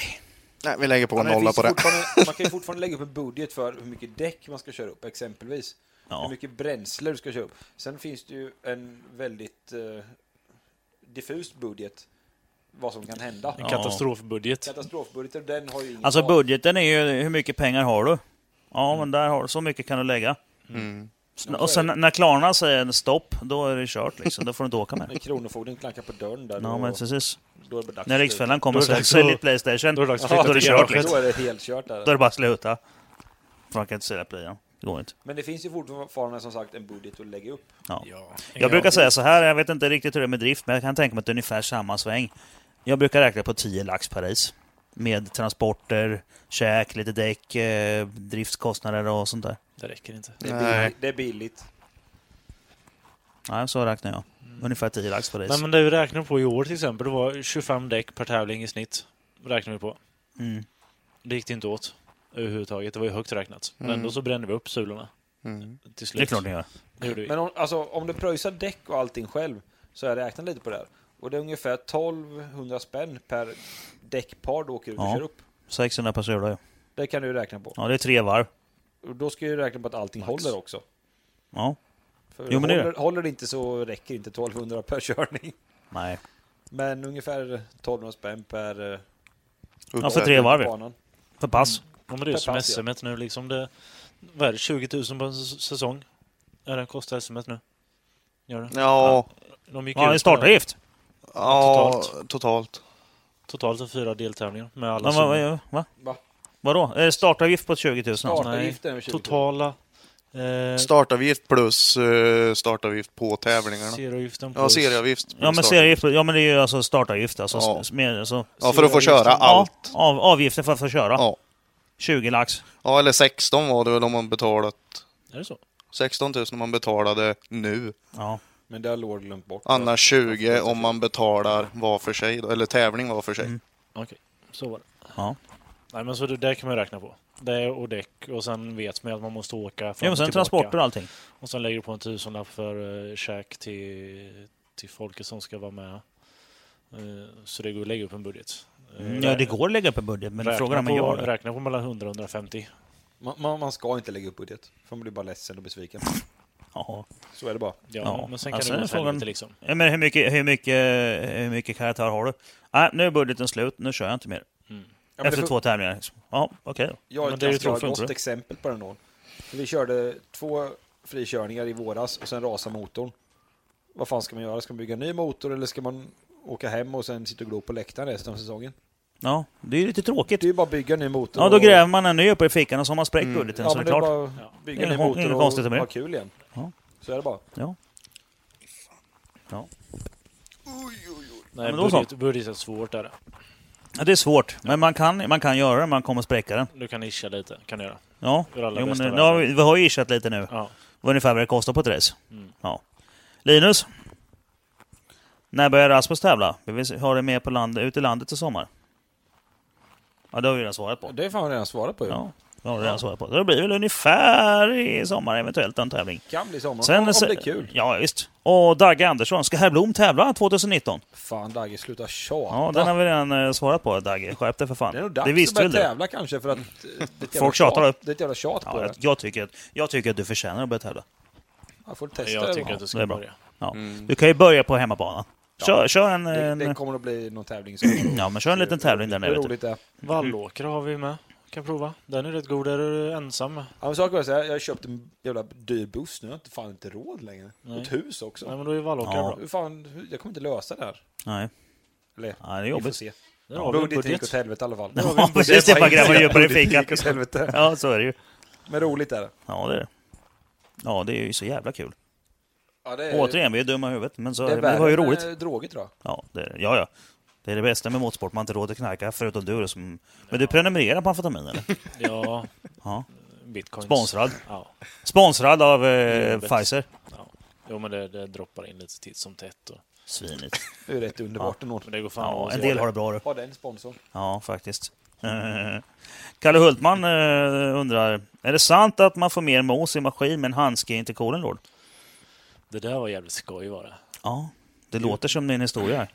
D: Nej, vi lägger på
B: Ja,
D: en
B: men det
D: nolla
B: finns
D: på det.
B: fortfarande- Man kan ju fortfarande lägga upp en budget för hur mycket däck man ska köra upp, exempelvis.
A: Ja.
B: Hur mycket bränsle du ska köra upp. Sen finns det ju en väldigt eh, diffus budget, vad som kan hända.
C: En katastrofbudget.
B: Katastrofbudgeter, den har ju ingen
A: Alltså
B: val.
A: budgeten är ju hur mycket pengar har du? Ja, men där har du, så mycket kan du lägga.
D: Mm.
A: S- Och sen när Klarna säger stopp, då är det kört liksom. Då får du inte åka
B: När
A: mer.
B: Kronofogden klankar på dörren där,
A: Ja,
B: då,
A: men precis.
B: då är det dags
A: När
B: att
A: Riksfällan kommer
C: Då är
A: och säger
C: det dags
A: sälj
C: att-
A: ditt Playstation,
C: då är det dags att
A: då
C: flytta
A: är det
C: till
A: kört
B: sluta.
C: garaget.
A: liksom.
B: Då är det helt kört där.
A: Då är det bara att sluta. För man kan inte sälja Playan. Det går inte.
B: Men det finns ju fortfarande som sagt en budget att lägga upp.
A: Ja.
C: Ja.
A: Jag brukar säga så här, jag vet inte riktigt hur det är med drift, men jag kan tänka mig att det är ungefär samma sväng. Jag brukar räkna på 10 lax per race. Med transporter, käk, lite däck, eh, driftskostnader och sånt där.
C: Det räcker inte.
B: Det är,
D: Nej.
B: billigt, det är billigt.
A: Nej, så räknar jag. Ungefär 10 lax per race.
C: Mm. Nej, men det vi räknade på i år till exempel, det var 25 däck per tävling i snitt. Räknade vi på.
A: Mm.
C: Det gick det inte åt överhuvudtaget. Det var ju högt räknat. Men
D: Mm.
C: ändå så brände vi upp sulorna
D: Mm.
C: till
A: Det är
C: slut.
A: klart ni gör.
C: Det gjorde vi.
B: Men om, alltså, om du pröjsar däck och allting själv så har jag räknat lite på det här. Och det är ungefär 1200 spänn per däckpar du åker ut och
A: Ja.
B: kör upp.
A: 600 per sula, ja.
B: Det kan du ju räkna på.
A: ja. det är tre varv.
B: Och då ska du ju räkna på att allting håller också.
A: Ja.
B: För
A: Jo, men det är
B: håller, håller det inte så räcker inte 1200 per körning.
A: Nej.
B: Men ungefär 1200 spänn per eh,
D: Mm.
A: Ja,
B: Alltså,
A: för tre varv ja.
B: banan.
A: För pass.
C: Ja, men det är ju som
B: Pass, ja.
C: SM nu liksom. Det, vad är det, 20 000 på en s- säsong? Är det kostar SM nu? Gör det?
D: Ja,
C: De gick
A: Ja, det är
C: ut på det
A: startavgift.
D: ja,
C: Totalt.
D: totalt.
C: totalt för fyra deltävlingar med alla
A: Men vad-
C: summor.
A: vad- va?
B: Va?
A: Vadå? Är det startavgift på 20 000? alltså?
B: Startavgiften är väl 20 000.
C: Totala... Eh,
D: Startavgift plus eh, startavgift på tävlingarna.
C: Serieavgiften
D: Ja,
C: plus-
D: serieavgift. plus
A: Ja men,
D: start-
A: serieavgift, ja, men det är ju alltså startavgift. Alltså,
D: Ja.
A: s- med, alltså,
D: Ja, för att
B: serieavgiften.
D: få köra allt.
A: Ja, av, avgiften för att få köra.
D: Ja.
A: 20 lax.
D: ja, eller 16 var det väl om man betalat.
C: Är det så?
D: 16 000 om man betalade nu.
A: Ja.
B: Men det har Lord glömt bort.
D: Annars 20 om man betalar var för sig, då, eller tävling var för sig.
A: Mm.
C: Okej, så var det.
A: Ja.
C: Nej, men så det där kan man ju räkna på. Det och däck och sen vet man ju att man måste åka fram
A: ja men
C: och
A: sen
C: tillbaka.
A: transporter och allting.
C: Och sen lägger du på en tusenlapp för eh, käk till, till folket som ska vara med. Eh, så det går att lägga upp en budget. Eh,
A: Mm, Ja,
C: rä-
A: det går att lägga upp en budget, men
C: räkna
A: frågan är om man
C: på-
A: gör det.
C: Räkna på mellan 100 och 150.
B: Man, man, man ska inte lägga upp budget. För man blir bara ledsen och besviken.
A: Ja.
B: Så är det bara.
C: Ja,
A: Ja,
C: men sen kan
A: alltså,
C: det gå
A: den
C: åt
A: frågan-
C: helvete liksom.
A: Ja, Men hur mycket, hur mycket, hur mycket karaktär har du? Nej, nu är budgeten slut. Nu kör jag inte mer.
B: Ja, men
A: Efter
B: det
A: två tävlingar. liksom. Ja, okej.
B: Jag har
C: Men
B: ett
C: det är ju
B: ganska
C: tråkigt,
B: gott
C: inte det?
B: exempel på den då. För vi körde två frikörningar i våras och sen rasade motorn. Vad fan ska man göra? Ska man bygga en ny motor eller ska man åka hem och sen sitta och glo på läktaren resten av säsongen?
A: Ja, det är ju lite
B: Det
A: tråkigt.
B: är ju bara att bygga en ny motor.
A: Ja, då
B: och-
A: gräver man en ny uppe i fickan och så har man spräckt budgeten,
B: Ja,
A: så
B: men
A: det
B: det
A: är
B: är
A: klart.
B: bara att bygga en ny
A: Inget-
B: motor
A: inget
B: och
A: konstigt med det.
B: ha kul igen.
A: Ja.
B: Så är det bara.
A: Ja.
C: Nej,
A: men då så.
C: budget, budget är svårt där.
A: Ja, det är svårt, men man kan, man kan göra det. Man kommer spräcka den.
C: Du kan nischa lite, kan du göra.
A: Ja,
C: Gör alla
A: jo, men
C: bästa
A: nu,
C: värden.
A: nu har vi, vi har ju ishat lite nu.
C: Ja.
A: Vad ungefär vad det kostar på ett race.
B: Mm.
A: Ja. Linus? När börjar Rasmus tävla? Vi vill se- ha det med på land, ut i landet i sommar. Ja, det har vi redan svarat på.
B: Det är fan redan svarat på ju.
A: Ja, det har vi redan svarat på. Så det blir väl ungefär i sommar eventuellt en tävling.
B: Kan bli sommar om, om det är kul.
A: Ja, visst. Och Dagge Andersson, ska herr Blom tävla 2019?
B: Fan Dagge, sluta tjata.
A: Ja, den har vi redan eh, svarat på Dagge. Skärp dig för fan.
B: det är nog dags
A: det
B: att
A: visste
B: börja
A: väl du?
B: tävla kanske för att... eh, det är ett jävla
A: Folk tjatar
B: tjat-
A: upp.
B: Det är ett jävla tjat på
A: Ja, jag,
B: det.
A: jag, tycker att, jag tycker att du förtjänar att börja tävla.
B: Jag får testa.
C: Jag
B: det.
C: tycker att
A: det
C: du
A: är
C: ska
A: bra.
C: börja.
A: Ja.
D: Mm.
A: Du kan ju börja på hemmabanan. Kör, kör en...
B: det,
A: en
B: det kommer att bli någon tävling. i sommar.
A: Ja, men kör en liten tävling där nere.
B: Hur
A: vet du.
B: roligt det är.
C: Vallåkra har vi med. Kan prova. Den är rätt god. Där är du ensam med.
B: Ja, men saker var så här, jag har köpt en jävla dyr buss nu, jag har inte fan inte råd längre. Och ett hus också.
C: Nej, men då är Vallåkra
A: Ja.
C: bra.
B: Hur fan, hur- jag kommer inte lösa det här.
A: Nej.
B: Eller,
A: Ja, det är
B: vi får
A: jobbigt.
B: se.
C: Där har vi en
B: Budget gick
C: budget.
B: åt helvete i alla fall.
A: Ja, precis. Det är bara gräva djupare i fickan.
B: Gick åt helvete.
A: Ja, så är det ju.
B: Men roligt är det.
A: Ja, det är det. Ja, det är ju så jävla kul.
B: Ja, det
A: Återigen, vi är dumma i huvudet, men så,
B: Eh, det
A: det,
B: är
A: men det var ju
B: värre än,
A: roligt.
B: eh, droger tror jag.
A: Ja, det, är det. ja, ja. Det är det bästa med motorsport, man har inte råd att knarka, förutom du som... Men du prenumererar på amfetamin, eller?
C: Ja.
A: Ja.
C: Bitcoins.
A: Sponsrad.
C: Ja.
A: Sponsrad av eh,
C: Jobbet.
A: Pfizer.
C: Jo, men det, det droppar in lite titt som tätt. Och
A: Svinet.
I: Det är ju rätt underbart ändå.
C: Men det går fan
A: Ja,
C: att
A: en del har det bra du.
I: Ha den sponsorn.
A: Ja, faktiskt. Eh, Kalle Hultman eh, undrar, är det sant att man får mer mos i maskin med en handske in till Kolenlord?
C: Det där var jävligt skoj var det.
A: Ja, det låter som din historia. här.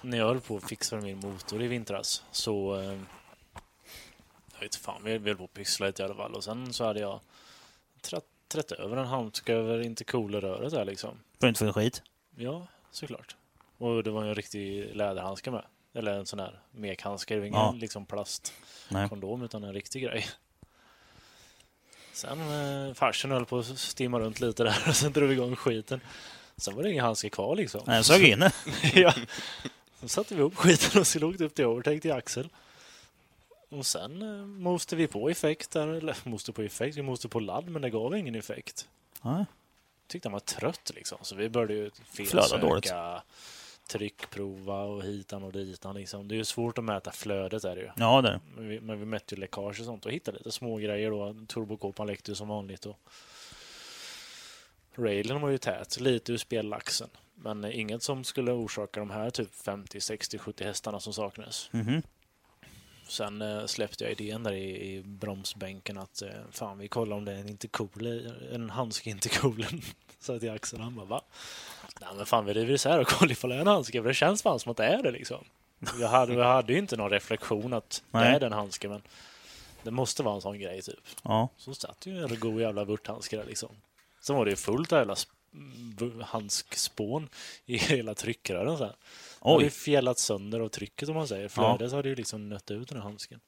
C: När jag höll på att fixa min motor i vintras så... eh, Jag vet fan, vi vi höll på att pyssla lite i alla fall. Och sen så hade jag trätt, trätt över en handske över intercoolerröret där liksom.
A: För inte för en skit.
C: Ja, såklart. Och det var ju en riktig läderhandske med. Eller en sån här mekhandske. Det var ingen
A: Ja.
C: liksom plastkondom
A: Nej.
C: utan en riktig grej. Sen eh, farsen höll på att stimma runt lite där och sen drog vi igång skiten. Sen var det ingen handske kvar liksom.
A: Nej, jag sög in det.
C: ja. Sen satte vi upp skiten och skulle åkt upp till overtake till Axel. Och sen eh, moste vi på effekt där, eller moste på effekt, vi moste på ladd men det gav ingen effekt.
A: Nej.
C: Tyckte han var trött liksom så vi började ju
A: Flöda dåligt.
C: felsöka, tryckprova och hitan och ditan liksom. Det är ju svårt att mäta flödet är det ju.
A: Ja, där.
C: Men vi, men vi mätte ju läckage och sånt och hittade lite små grejer då. Turbokåpan läckte ju som vanligt och railen var ju tät, lite ur spellaxen. Men eh, inget som skulle orsaka de här typ 50, 60, 70 hästarna som saknades.
A: Mhm.
C: Sen eh, släppte jag idén där i, i bromsbänken att eh, fan vi kollar om det är en intercool, i- en handske inte coolen. Så att jag axeln han bara va? Nej men fan vi river isär och kollar ifall det är en handske för det känns fan som att det är det liksom. Jag hade, jag hade ju inte någon reflektion att det
A: Nej.
C: är den handsken men det måste vara en sån grej typ.
A: Ja.
C: Så satt ju en god jävla vörthandske där liksom. Sen var det ju fullt av jävla sp- v- handskspån i hela tryckrören sen. Det hade ju
A: Oj.
C: fjällat sönder av trycket om man säger.
A: Ja.
C: Flödet hade ju liksom nött ut den här handsken.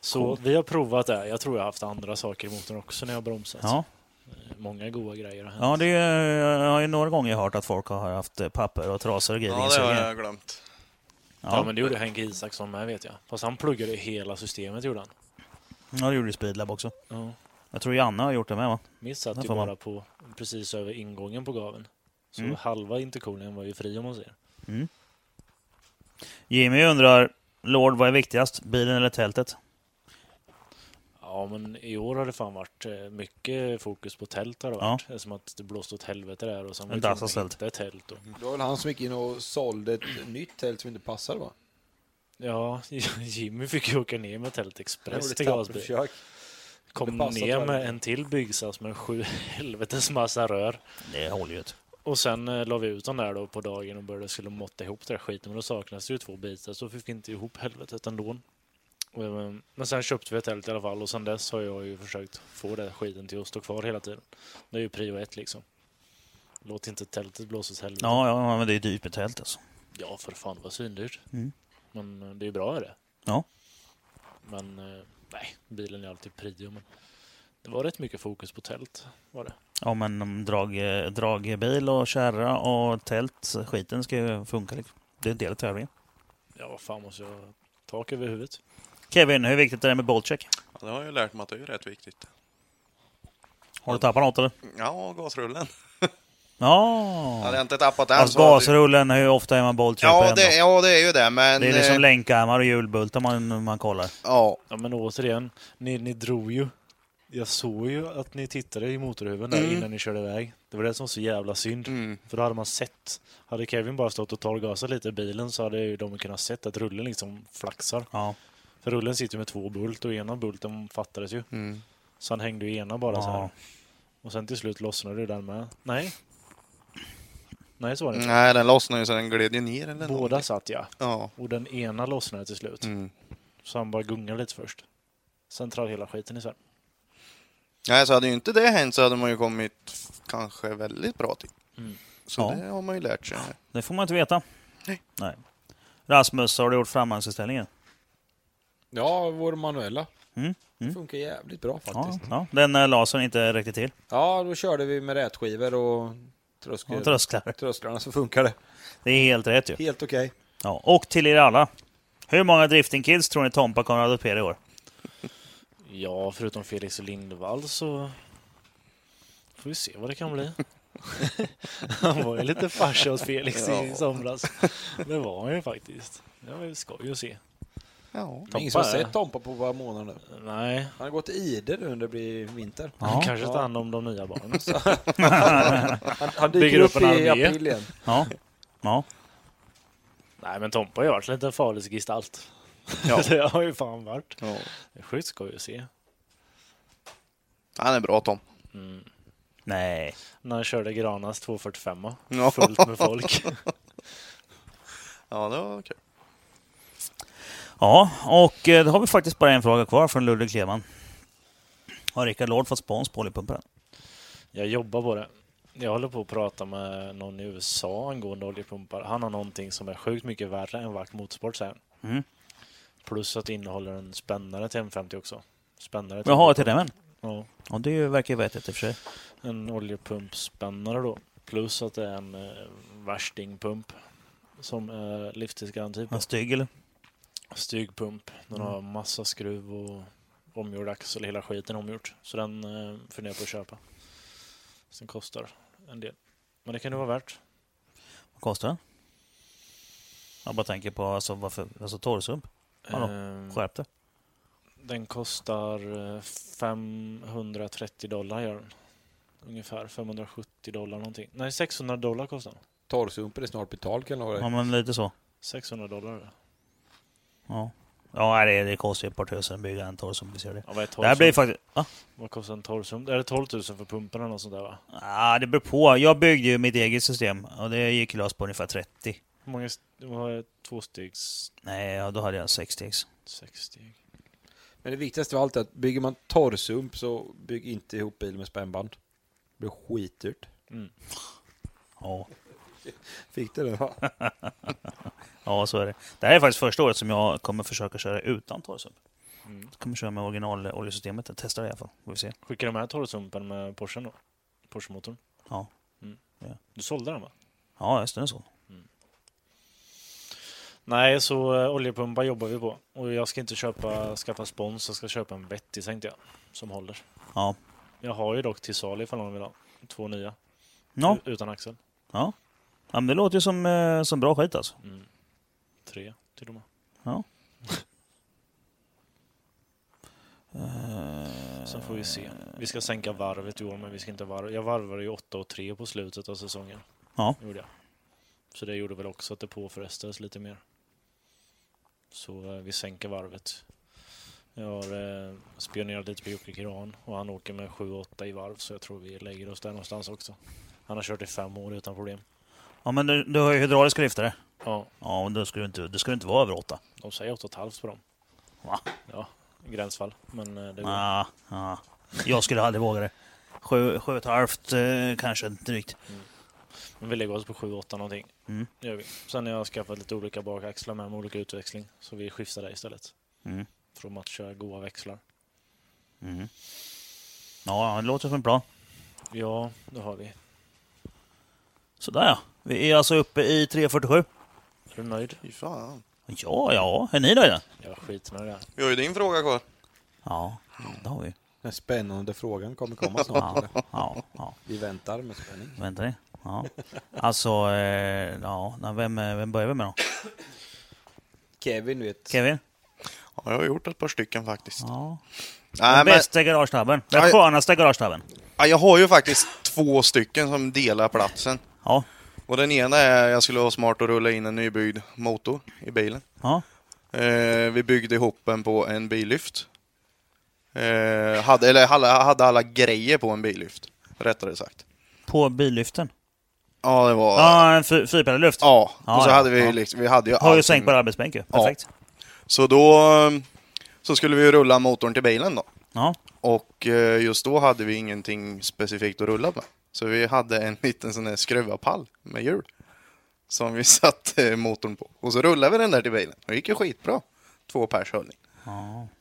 C: Så vi har provat det. här. Jag tror jag har haft andra saker i motorn också när jag har bromsat.
A: Ja.
C: Många goda grejer har hänt.
A: ja, det är, jag har ju några gånger hört att folk har haft eh, papper och trasor och grejer
D: Ja, det har
A: insugna.
D: jag glömt.
C: Ja.
A: Ja.
C: men det gjorde Henke Isaksson med vet jag. Fast han pluggade hela systemet gjorde han.
A: Ja, det gjorde ju Speedlab också.
C: Ja.
A: Jag tror Janne har gjort det med va?
C: Mitt satt
A: Där
C: ju
A: får man.
C: bara på precis över ingången på gaven. Så
A: Mm.
C: halva intercoolen var ju fri om man säger.
A: Jimmy undrar, Lord, vad är viktigast? Bilen eller tältet?
C: Ja, men i år har det fan varit eh, mycket fokus på tält har det
A: Ja.
C: varit. Eftersom att det blåste åt helvete där och sen
A: En
C: var det
A: dassas tält.
C: inte tält. Och,
I: Det var väl han som gick in och sålde ett nytt tält som inte passade va?
C: ja, Jimmy fick ju åka ner med Tält
I: Han
C: Express
I: gjorde
C: till
I: ett
C: Gasby.
I: tapperförsök.
C: Kom
I: Det passade
C: ner med
I: verkligen.
C: en till byggsats med en sju helvetes massa rör.
A: Det håller ju inte.
C: Och sen eh, la vi ut den där då på dagen och började skulle måtta ihop den där skiten. Men då saknades det ju två bitar så vi fick inte ihop helvetet ändå. Och, eh, Men sen köpte vi ett tält i alla fall och sen dess har jag ju försökt få den skiten till att stå kvar hela tiden. Det är ju prio ett liksom. Låt inte tältet blåsa åt helvete.
A: Ja, ja, men det är ju dyrt med tält alltså.
C: Ja, för fan vad svindyrt.
A: Mm.
C: Men eh, det är ju bra är det.
A: Ja.
C: Men eh, nej, bilen är alltid prio. Men det var rätt mycket fokus på tält var det.
A: Ja, men om drag, eh, dragbil och kärra och tält, skiten ska ju funka. Liksom. Det är en del av tävlingen.
C: Ja, vad fan måste jag ha tak över huvudet?
A: Kevin, hur viktigt är det med boltcheck?
D: Ja, det har jag ju lärt mig att det är rätt viktigt.
A: Har du tappat något eller?
D: Ja, gasrullen. Hade
A: Ja.
D: jag inte tappat den
A: Fast
D: hade-
A: gasrullen, hur ofta är man boltcheck
D: alltså, Ja
A: ändå?
D: det, ja, det är ju det. Men...
A: Det är liksom
D: eh,
A: länkarmar och hjulbultar man, man kollar.
D: ja.
C: Ja, men återigen, ni, ni drog ju. Jag såg ju att ni tittade i motorhuven där
A: Mm.
C: innan ni körde iväg. Det var det som var så jävla synd. För då hade man sett. Hade Kevin bara stått och torrgasat lite i bilen så hade ju de kunnat sett att rullen liksom flaxar.
A: Ja.
C: För rullen sitter ju med två bult och ena bulten fattades ju.
D: Mm,
C: Så han hängde ju ena bara så här.
A: ja.
C: Och sen till slut lossnade ju den med. Nej. Nej, så var det inte.
D: Nej, den lossnade ju så den gled ju ner eller
C: Båda
D: någonting.
C: satt jag.
D: Ja.
C: Och den ena lossnade till slut.
D: Mm.
C: Så han bara gungade lite först. Sen trallade hela skiten isär.
D: Nej, så hade ju inte det hänt så hade man ju kommit f- kanske väldigt bra till.
C: Mm.
D: Så
A: Ja.
D: det har man ju lärt sig.
A: Det får man inte veta. Nej. Rasmus, har du gjort framhandsutställningen?
I: Ja, vår manuella.
A: Mm, mm.
I: Funkar jävligt bra
A: Ja,
I: faktiskt.
A: ja. Den eh, lasern inte räckte till.
I: Ja. då körde vi med rätskivor och tröskel...
A: Ja, trösklar.
I: trösklarna så funkar det.
A: Det är helt rätt ju.
I: Helt okej.
A: Ja. Och till er alla. Hur många Drifting Kids tror ni Tompa kommer att adoptera i år?
C: Ja, förutom Felix och Lindvall så får vi se vad det kan bli. han var ju lite farsa hos Felix i somras. Det var han ju faktiskt. Det var ju skoj att se.
D: Ja.
B: Det är ingen som har sett Tompa på några månader nu.
C: Nej,
B: Han har gått i ide nu när det blir vinter.
C: han kanske tar hand om de nya barnen.
B: Han, han dyker
C: Bygger
B: upp,
C: upp en
B: i
C: armé.
B: april igen.
A: Ja. Ja.
C: Nej, men Tompa har ju varit en liten farlig gestalt. Ja. det har ju fan varit.
D: ja.
C: Det är sjukt skoj att se.
D: Han är bra Tom.
A: Nej.
C: När han körde Granas 245
D: Ja.
C: fullt med folk.
D: Ja, det var kul.
A: Ja, och eh, då har vi faktiskt bara en fråga kvar från Ludvig Kleman. Har Rickard Lord fått spons på oljepumpen?
C: Jag jobbar på det. Jag håller på att prata med någon i USA angående oljepumpar. Han har någonting som är sjukt mycket värre än Vakt Motorsport säger han.
A: Mm.
C: Plus att det innehåller en spännare till M50 också. Spännare till
A: Jaha, till den?
C: Ja,
A: Ja, det verkar ju vettigt i och för sig.
C: en oljepumpspännare då. Plus att det är en eh, värstingpump som är livstidsgaranti på.
A: Men stygg eller?
C: Stygpump. Den har
A: Mm.
C: massa skruv och omgjord axel, hela skiten omgjort. Så den eh, funderar jag på att köpa. Så den kostar en del. Men det kan det vara värt.
A: Vad kostar den? Jag bara tänker på alltså, varför, alltså torrsump. Hallå,
C: Ehm,
A: Skärp det.
C: Den kostar eh, 530 dollar gör den. Ungefär 570 dollar någonting. Nej, 600 dollar kostar den.
B: Torrsumpen är snart betald kan jag lova dig.
A: Ja, men lite så.
C: 600 dollar.
A: Ja, ja nej, det, det kostar ju ett par tusen att bygga en torrsump. Vi ser det.
C: Ja, vad, är 12
A: Det här blir faktiskt... Ja.
C: vad kostar en torrsump? Är det 12 000 för pumpen eller något sånt där va?
A: Ah, det beror på. Jag byggde ju mitt eget system och det gick lös på ungefär 30.
C: Hur många... st- Vad är tvåstegs...
A: Nej, ja, då hade jag 60
C: Sexsteg?
B: Men det viktigaste av allt är att bygger man torrsump så bygg inte ihop bil med spännband. Det blir skitdyrt.
A: Ja.
B: Fick du det? Va?
A: ja, så är det. Det här är faktiskt första året som jag kommer försöka köra utan torrsump.
C: Mm.
A: Jag kommer köra med originaloljesystemet. Jag testar det i alla fall. Får vi se.
C: Skickar de här torrsumpen med Porschen då? Porsche-motorn?
A: Ja,
C: Du sålde den va?
A: ja just det. det är så.
C: Nej, så eh, oljepumpar jobbar vi på. Och jag ska inte köpa, skaffa spons, jag ska köpa en vettig tänkte jag. Som håller.
A: Ja.
C: Jag har ju dock till salu ifall någon vill ha. Två nya.
A: Ja.
C: U- Utan axel.
A: Ja. ja, men det låter ju som, eh, som bra skit alltså.
C: Mm. Tre till och med.
A: Ja. Eh,
C: Sen får vi se. Vi ska sänka varvet i år, men vi ska inte varva. Jag varvade ju 8 och 3 på slutet av säsongen.
A: Ja.
C: Gjorde jag. Så det gjorde väl också att det påfrestades lite mer. Så eh, vi sänker varvet. Jag har eh, spionerat lite på Jocke Gran och han åker med 7-8 i varv så jag tror vi lägger oss där någonstans också. Han har kört i fem år utan problem.
A: Ja, men du, du har ju hydrauliska lyftare.
C: Ja,
A: Ja, men då ska du inte, då ska du inte vara över åtta.
C: de säger 8,5 på dem.
A: Va?
C: Ja, gränsfall. Men eh, det går.
A: Ah, ah. Jag skulle aldrig våga det. Sju, sju och ett halvt eh, kanske, drygt.
C: Men vi lägger oss på 7-8 någonting.
A: Mm.
C: Det Gör vi. Sen har jag skaffat lite olika bakaxlar med, med olika utväxling. Så vi skiftar det istället.
A: Mm.
C: För att matcha goa växlar.
A: Mm. Ja, ja, det låter som en plan.
C: Ja, det har vi.
A: Sådär ja. Vi är alltså uppe i 3.47.
C: Är du nöjd?
D: Fy fan.
A: Ja, ja. Är ni nöjda?
C: Jag skiter med det där.
D: Vi har ju din fråga kvar.
A: Ja, det har vi.
B: Den spännande frågan kommer komma snart.
A: Ja, ja.
B: Vi väntar med spänning.
A: Vänta ni. Ja. Alltså, eh, ja. nej, Vem, eh, vem börjar vi med då?
B: Kevin, du vet.
A: Kevin?
D: Ja, jag har gjort ett par stycken faktiskt.
A: Ja.
D: Nej, men,
A: Bästa garagetabben. Den
D: Aj.
A: skönaste garagetabben.
D: ja, jag har ju faktiskt två stycken som delar platsen.
A: Ja.
D: Och den ena är jag skulle vara smart och rulla in en nybyggd motor i bilen.
A: ja.
D: Eh, vi byggde ihop en på en billyft. Eh, hade, eller alla, hade alla grejer på en billyft, rättare sagt.
A: På billyften.
D: Ja, det var...
A: Ja, en fy- fyrpedallyft.
D: Ja,
A: Ja,
D: och så
A: ja,
D: hade vi
A: ja.
D: liksom, vi hade ju
A: Har ju
D: allting.
A: sänkbar arbetsbänk ju. Perfekt.
D: Så då eh, så skulle vi ju rulla motorn till bilen då.
A: Ja.
D: Och eh, just då hade vi ingenting specifikt att rulla med. Så vi hade en liten sån här skruvarpall med hjul. Som vi satte eh, motorn på. Och så rullade vi den där till bilen. Det gick ju skitbra. Två pers höll i.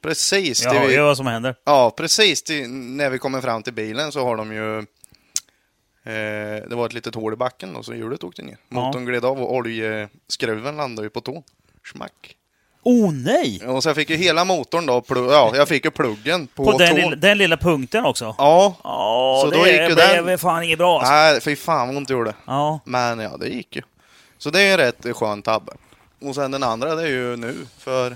D: Precis,
A: Jag
D: det
A: hör
D: vi,
A: ju vad som händer.
D: ja, precis till, när vi kommer fram till bilen så har de ju... Eh, det var ett litet hål i backen och så hjulet åkte ner. Motorn gled av och oljeskruven landade ju på tån. Smack.
A: Oh nej!
D: Och så jag fick ju hela motorn då, plu- ja, jag fick ju pluggen på,
A: På den,
D: tån.
A: lilla, den lilla punkten också.
D: Ja.
A: Ja,
D: Så
A: det
D: då gick ju
A: blev
D: den-
A: fan inget bra. Alltså.
D: Nej, fy fan vad ont det gjorde.
A: Ja.
D: Men ja, det gick ju. Så det är en rätt skön tabbe. Och sen den andra, det är ju nu. För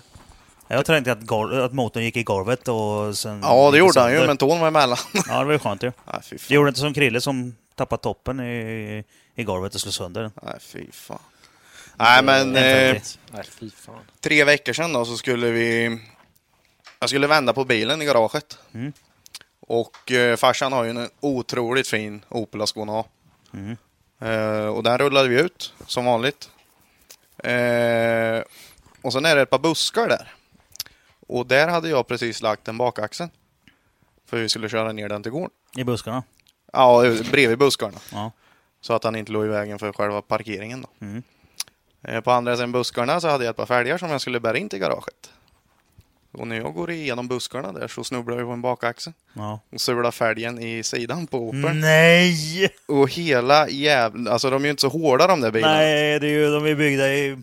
A: Jag tänkte att, gol- att motorn gick i golvet och sen...
D: Ja, det gjorde han ju,
A: sönder.
D: men tån var emellan.
A: Ja, det var ju skönt ju.
D: Nej, fy fan.
A: Det gjorde inte som Krille som tappade toppen i, i golvet och slog sönder den.
D: Nej, fy fan. Nej, men eh,
A: 150.
C: Nej, fy fan.
D: tre veckor sedan då så skulle vi... Jag skulle vända på bilen i garaget.
A: Mm.
D: Och eh, farsan har ju en otroligt fin Opel Ascona A.
A: Mm.
D: Eh, och den rullade vi ut, som vanligt. Eh, och sen är det ett par buskar där. Och där hade jag precis lagt en bakaxeln. För vi skulle köra ner den till gården.
A: I buskarna.
D: Ja, bredvid buskarna.
A: Ja.
D: Så att han inte låg i vägen för själva parkeringen. Då.
A: Mm.
D: Eh, På andra sidan buskarna så hade jag ett par fälgar som jag skulle bära in till garaget. Och när jag går igenom buskarna där så snubblar jag på en bakaxel
A: Ja. Mm,
D: och sular fälgen i sidan på Opeln.
A: Nej!
D: Och hela jävla... Alltså de är ju inte så hårda de där bilarna.
A: Nej, det är ju, de är byggda i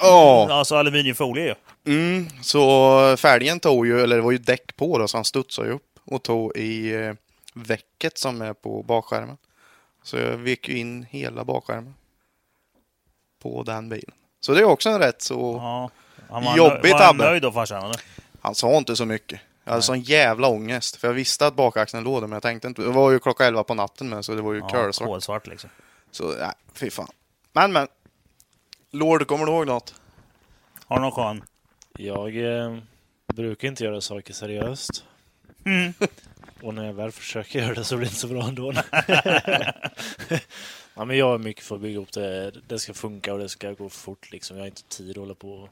D: Ja.
A: alltså aluminiumfolie ju.
D: Mm, så fälgen tog ju, eller det var ju däck på då, så han studsade ju upp och tog i eh, väcket som är på bakskärmen. Så jag vek ju in hela bakskärmen på den bilen. Så det är också en rätt så...
A: Ja.
D: Jobbigt,
A: var han
D: Abbe.
A: nöjd då farsan? eller?
D: Han sa inte så mycket. Jag hade sån jävla ångest, för jag visste att bakaxeln låg där, men jag tänkte inte. Det var ju klockan 11 på natten med, så det var ju
A: Ja,
D: kölsvart.
A: kolsvart liksom.
D: Så nej, fy fan. Men men. Lord, kommer du ihåg något?
A: Har du någon skön?
C: Jag eh, brukar inte göra saker seriöst.
A: Mm.
C: Och när jag väl försöker göra det så blir det inte så bra ändå. ja, men jag har mycket för att bygga upp det. Det ska funka och det ska gå fort. Liksom. Jag har inte tid att hålla på och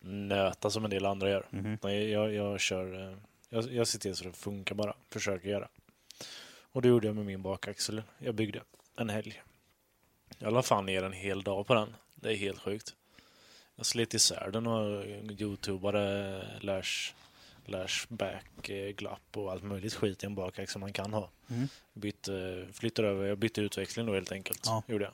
C: nöta som en del andra gör.
A: Mm.
C: Nej, jag, jag, kör, eh, jag, jag ser till så det funkar bara. Försöker göra. Och det gjorde jag med min bakaxel. Jag byggde en helg. Jag la fan ner en hel dag på den. Det är helt sjukt. Jag slet isär den och youtubade lash, lashback, eh, glapp och allt möjligt skit i en bakaxel som man kan ha.
A: Mm.
C: Bytte, flyttade över, jag bytte utväxling då helt enkelt.
A: Ja.
C: Gjorde jag.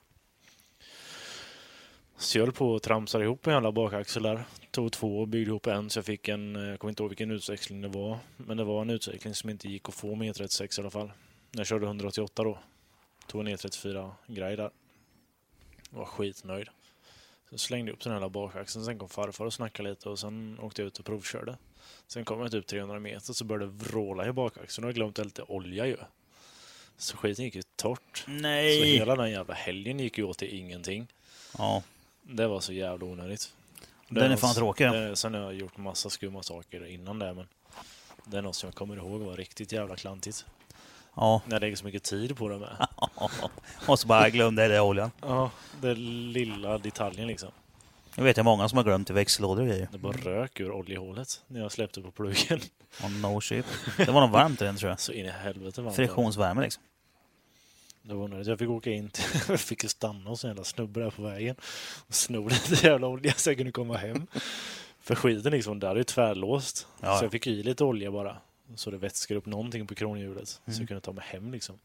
C: Så jag höll på och tramsade ihop en jävla bakaxel där. Tog två och byggde ihop en så jag fick en, eh, jag kommer inte ihåg vilken utväxling det var. Men det var en utväxling som inte gick att få med E36 i alla fall. Jag körde 188 då. Tog en E34 grej där. Var skitnöjd. Så slängde jag upp den hela bakaxeln, sen kom farfar och snackade lite och sen åkte jag ut och provkörde. Sen kom jag typ 300 meter så började det vråla i bakaxeln och jag glömt att lite olja ju. Så skiten gick ju torrt. Så
A: Nej!
C: hela den jävla helgen gick ju åt till ingenting.
A: Ja.
C: Det var så jävla onödigt.
A: Den är fan tråkig.
C: det- Sen har jag gjort massa skumma saker innan det men det är något som jag kommer ihåg var riktigt jävla klantigt.
A: Ja.
C: När jag lägger så mycket tid på det med.
A: Och så bara glömde det oljan.
C: Ja, den lilla detaljen liksom.
A: Jag vet jag många som har glömt i växellådor och grejer.
C: Det bara rök ur oljehålet när jag släppte på pluggen.
A: Oh, no shit. Det var nog varmt i den tror jag.
C: Så in i helvete varmt.
A: Friktionsvärme liksom.
C: Det var onödigt. Jag fick åka in till, jag fick ju stanna hos en jävla snubbe där på vägen och sno lite jävla olja så jag kunde komma hem. För skiten liksom, där är ju tvärlåst.
A: Ja,
C: Så
A: ja.
C: jag fick i lite olja bara. Så det vätskar upp någonting på kronhjulet
A: Mm.
C: så jag kunde ta mig hem liksom.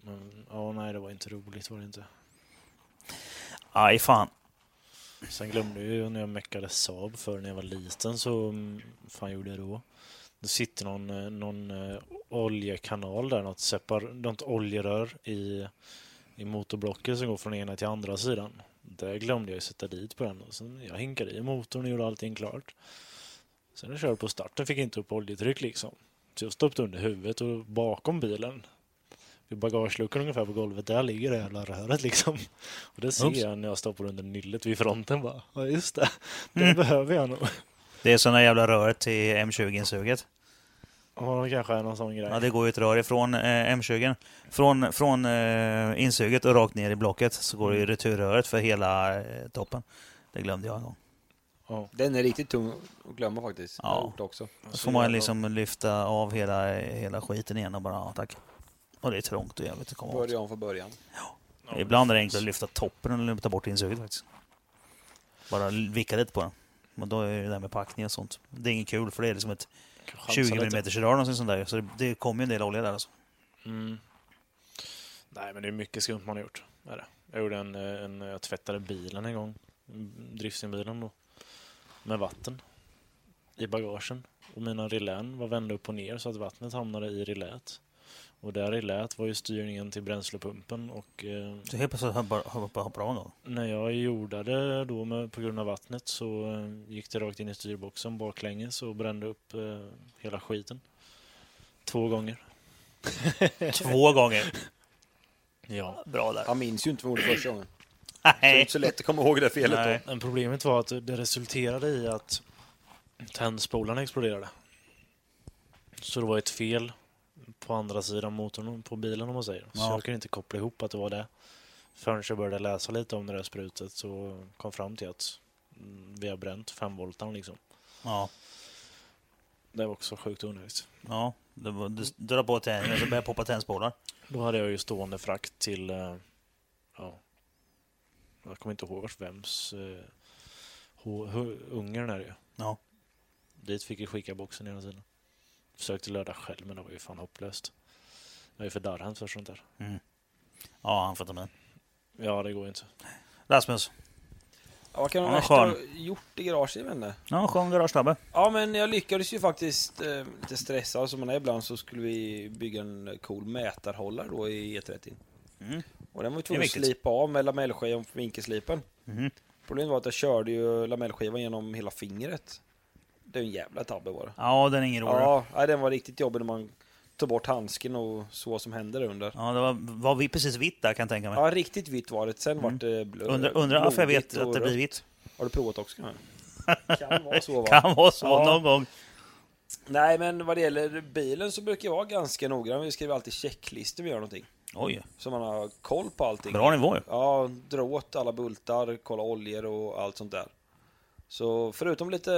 C: Men ja, nej, det var inte roligt var det inte.
A: Aj fan.
C: Sen glömde jag ju när jag meckade Saab för när jag var liten så mm, fan gjorde jag då? Det sitter någon, eh, någon eh, oljekanal där, något, separ, något oljerör i, i motorblocket som går från ena till andra sidan. Det glömde jag ju sätta dit på den och sen jag hinkade i motorn och gjorde allting klart. Sen när jag körde på starten fick jag inte upp oljetryck liksom. Så jag stoppade under huvudet och bakom bilen vid bagageluckan ungefär på golvet, där ligger det jävla röret liksom. Och det ser
A: Oops.
C: jag när jag stoppar under nyllet vid fronten bara. Ja just det, det behöver jag nog.
A: Det är såna jävla rör till M20-insuget.
C: Ja, det kanske är någon sån grej.
A: Ja, det går ju ett rör ifrån eh, M20. Från, från eh, insuget och rakt ner i blocket så går det ju returröret för hela eh, toppen. Det glömde jag en gång.
C: Ja.
I: Den är riktigt tung att glömma faktiskt.
A: Ja.
I: Jag har gjort det också.
A: Då får man liksom lyfta av hela, hela skiten igen och bara ja, tack. Och det är trångt och jävligt att komma åt.
I: Börja om från början.
A: Ibland är det enklare att lyfta toppen än att lyfta bort insuget faktiskt. Bara vicka lite på den. Men då är det där med packning och sånt. Det är inget kul för det är liksom ett
C: Chansa
A: 20
C: lite.
A: mm rör någonsin sånt där. Så det, det kommer ju en del olja där alltså.
C: Mm. Nej, men det är mycket skumt man har gjort. Är det. Jag, gjorde en, eh, en, jag tvättade bilen en gång, Mm, driftsinbilen då, med vatten i bagagen. Och mina relän var vända upp och ner så att vattnet hamnade i reläet. Och där i lät var ju styrningen till bränslepumpen och eh,
A: Så helt plötsligt hoppar, hoppar, hoppar av någon.
C: när jag jordade då med, på grund av vattnet så eh, gick det rakt in i styrboxen baklänges och brände upp eh, hela skiten. Två gånger.
A: Två gånger.
C: Ja.
A: Bra där.
B: Han minns ju inte vad det första gången. Det är
A: Nej.
B: inte så lätt att komma ihåg det felet
A: Nej.
C: Men problemet var att det resulterade i att tändspolarna exploderade. Så det var ett fel på andra sidan motorn på bilen om man säger. Så
A: Ja.
C: jag kunde inte koppla ihop att det var det. Förrän jag började läsa lite om det där sprutet så kom fram till att mm, vi har bränt 5 voltan liksom.
A: Ja.
C: Det var också sjukt onödigt.
A: ja. Du, du drar på tänderna och så börjar poppa tändspolar.
C: Då hade jag ju stående frakt till, eh, ja, jag kommer inte ihåg vars vems, eh, H- H- Ungern är det ju.
A: Ja.
C: Dit fick vi skicka boxen hela tiden. Försökte löda själv men det var ju fan hopplöst. Jag är för darrhänt för sånt där.
A: Ja, han får ta med.
C: Ja, det går ju inte.
A: Rasmus.
B: Ja, vad kan
A: Ja,
B: de
A: vad
B: värsta ha
A: skön.
B: gjort i garaget jag vet inte.
A: Ja, skön garagesnubbe.
B: Ja, men jag lyckades ju faktiskt, eh, lite stressad som man är ibland, så skulle vi bygga en cool mätarhållare då i E30.
A: Mm.
B: Och den var vi tvungna att
A: viktigt.
B: slipa av med lamellskivan från vinkelslipen.
A: Mhm.
B: Problemet var att jag körde ju lamellskivan genom hela fingret. Det är ju en jävla tabbe var det.
A: Ja, den är ingen rolig. Ja.
B: Ja, nej, den var riktigt jobbig när man tog bort handsken och så vad som hände där under.
A: det var, var vi precis vitt där kan jag tänka mig.
B: Ja, riktigt vitt var det. Sen vart det blö-
A: Mm. Undrar undra varför jag vet
B: blodigt och
A: att det blir
B: rött.
A: vitt.
B: Har du provat också kanske? Kan vara så va?
A: Kan vara så
B: Ja.
A: någon gång.
B: Nej, men vad det gäller bilen så brukar jag vara ganska noggrann. Vi skriver alltid checklistor när vi gör någonting.
A: Oj,
B: Så man har koll på allting.
A: bra nivå ju.
B: Ja, dra åt alla bultar, kolla oljor och allt sånt där. Så förutom lite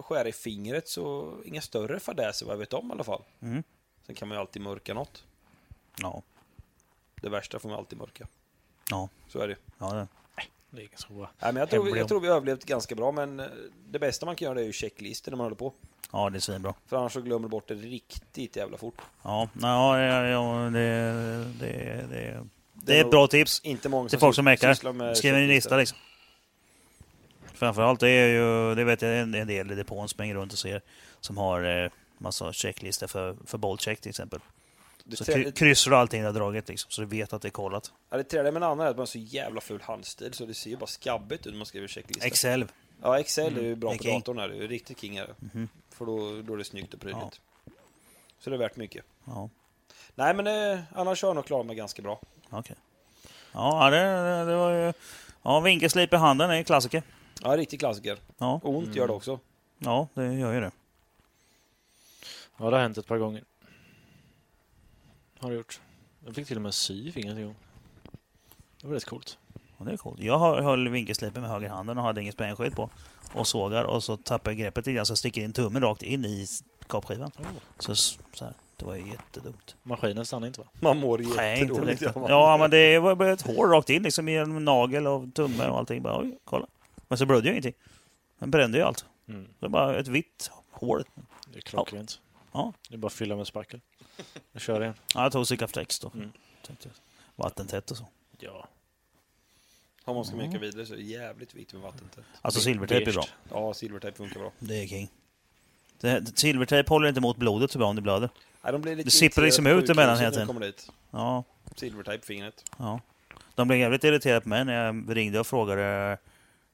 B: skär i fingret så inga större fadäser vad jag vet om i alla fall.
A: Mm.
B: Sen kan man ju alltid mörka något.
A: Ja,
B: Det värsta får man alltid mörka.
A: Ja.
B: Så är det ju.
A: ja det.
C: Det är ingen så.
B: Nej, men jag, tror vi,
C: Hemlig om.
B: jag tror vi överlevt ganska bra, men eh, det bästa man kan göra är ju checklistor när man håller på.
A: ja, det är svinbra.
B: För annars så glömmer du bort det riktigt jävla fort.
A: Ja, ja, ja, ja det, det, det,
B: är
A: det är ett
B: nog-
A: bra tips
B: Inte många
A: till folk
B: sys-
A: som mekar.
B: med
A: Skriv en lista
B: checklistor.
A: liksom. Framförallt det är ju, det vet jag, en en del i depån springer runt och ser som har eh, massa checklistor för, för bollcheck till exempel.
B: Det,
A: Så
B: trä-
A: kry, kryssar du allting du har dragit liksom, så du vet att det är kollat.
B: ja, det tredje med en annan är att man har så jävla ful handstil så det ser ju bara skabbigt ut när man skriver checklistor.
A: Excel. Mm.
B: ja, Excel är ju bra
A: Det är
B: på
A: king.
B: datorn här. Det är ju riktigt king här.
A: Mhm.
B: För då, då är det snyggt och prydligt. Så det är värt mycket.
A: Ja,
B: Nej, men eh, annars har jag nog klarat mig ganska bra.
A: okej. Ja, det, det, det var ju... Ja, vinkelslip i handen är en klassiker.
B: Ja, riktig klassiker.
A: Ja,
B: Ont gör det också.
A: ja, det gör ju det.
C: Ja, det har hänt ett par gånger. Har det gjort. Jag fick till och med sy fingret en gång. Det var rätt coolt.
A: Och det är coolt. Jag har- höll vinkelslipen med högerhanden och hade inget sprängskydd på. Och sågar och så tappar jag greppet lite grann så jag sticker in tummen rakt in i s- kapskivan. Så, s- så här. Det var ju jättedumt.
C: Maskinen stannade inte va?
B: Man mår
A: Nej, inte
B: jättedåligt.
A: direkt.
B: gör man.
A: Ja, men det var bara ett hår rakt in liksom i en nagel och tumme och allting. Bara, oj, kolla. Men så blödde ju ingenting. Den brände ju allt.
C: Mm.
A: Det var bara ett vitt hål.
C: Det är klockrent.
A: Ja.
C: Det är bara att fylla med spackel. Jag kör igen.
A: Ja, jag tog Sikaftex då.
C: Mm.
A: Tänkte jag. Vattentätt och så.
C: Ja.
B: Om man ska meka vidare så är det jävligt viktigt med typ. vattentätt.
A: Alltså silvertejp är bra.
C: Beige.
B: Ja, silvertejp funkar bra.
A: Det är king. Det- Silvertejp håller inte emot blodet så bra om det blöder.
B: Nej, de blir lite
A: Det sipprar liksom
B: irriterade på
A: ut emellan
B: sjukhuset
A: hela
B: när de
A: tiden.
B: kommer dit.
A: Ja,
B: Silvertejp på fingret.
A: Ja. De blev jävligt irriterade på mig när jag ringde och frågade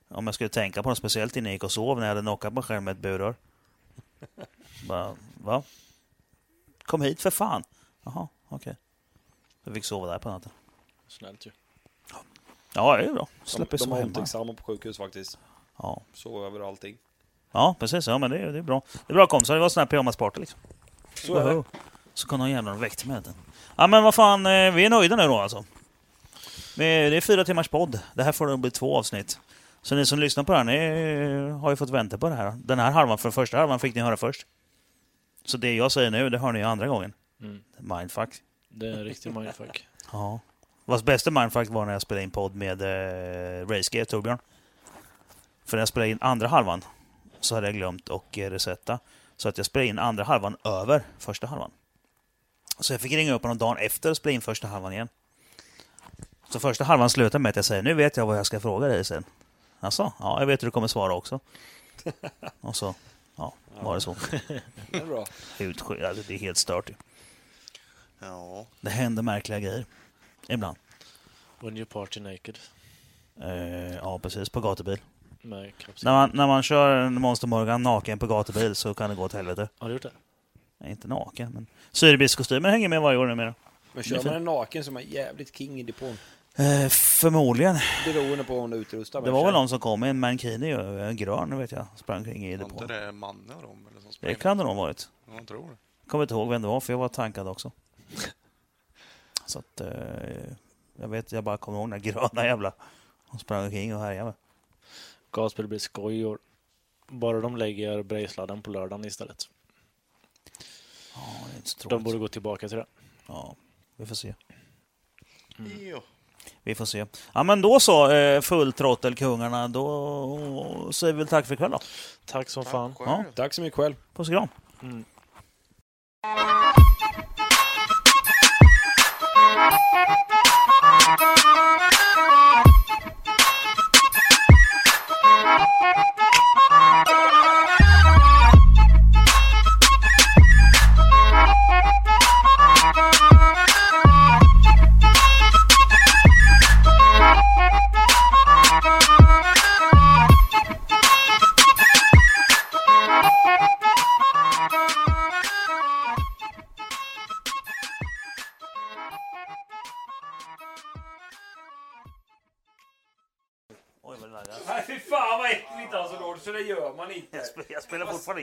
A: om jag skulle tänka på något speciellt innan jag gick och sov när jag hade knockat mig själv med ett burrör. Bara, va? Kom hit för fan! Jaha, okej. Jag fick sova där på natten.
C: Snällt ju.
A: Ja, det är bra.
B: De,
A: Släpper
B: de
A: sova
B: har
A: hemma.
B: omtänksamma på sjukhus faktiskt.
A: Ja.
B: Så över allting.
A: ja, precis. Ja, men det är, det är bra. Det är bra kompisar. Det var sån här pyjamasparty liksom.
B: Så är det.
A: Så kom någon jävla och väckte mig. Ja, men vad fan. eh, Vi är nöjda nu då alltså. Vi- Det är fyra timmars podd. Det här får nog bli två avsnitt. Så ni som lyssnar på det här, ni eh, har ju fått vänta på det här. Den här halvan, för första halvan fick ni höra först. Så det jag säger nu, det hör ni ju andra gången.
C: Mm.
A: Mindfuck.
C: Det är en riktig mindfuck.
A: Ja. Vars bästa mindfuck var när jag spelade in podd med eh, Racegear, Torbjörn. För när jag spelade in andra halvan så hade jag glömt och eh, resetta. Så att jag spelade in andra halvan över första halvan. Så jag fick ringa upp honom dagen efter och spela in första halvan igen. Så första halvan slutar med att jag säger nu vet jag vad jag ska fråga dig sen. Alltså, ja, jag vet hur du kommer svara också. Och så, ja, var det så.
B: Det är bra.
A: Utsky- alltså, Det är helt stört ju.
D: Ja.
A: Det händer märkliga grejer. Ibland.
C: When you party naked.
A: Eh, ja, precis. På gatubil.
C: Med
A: När
C: kroppsbilder.
A: man, när man kör en Monster Morgan naken på gatubil så kan det gå åt helvete.
C: Har du gjort det?
A: Nej, inte naken, men syrebristkostymen hänger med varje år numera.
I: Men
A: Det är
I: kör
A: fint.
I: man en naken så är man jävligt king i depån.
A: Eh, förmodligen.
I: Beroende på om du utrustar
A: Det var väl någon som kom i en mankini, eh, grön vet jag, sprang kring i
D: Var inte
A: depån.
D: det Manne och dem? Eller som
A: Det
D: sprang?
A: kan det nog ha varit.
D: Jag tror det.
A: Kommer inte ihåg vem det var, för jag var tankad också. Så att... Eh, jag vet, jag bara kommer ihåg den där gröna jävla... Hon sprang omkring och härjade.
C: Gasbil blir skoj i år. Bara de lägger brejsladden på lördagen istället.
A: Ja, det är inte så tråkigt.
C: De borde gå tillbaka till det. Mm.
A: Ja, vi får se.
D: Jo.
A: Vi får se. Ja, men då så, eh, fulltrottelkungarna. Då säger vi väl tack för ikväll då.
C: Tack som fan. Mm.
A: Ja.
I: Tack så mycket själv.
A: Puss och kram. Oj, vad det där
I: Nej fy fan vad äckligt alltså Lord, så det gör man inte.
A: jag, spelar, jag spelar fortfarande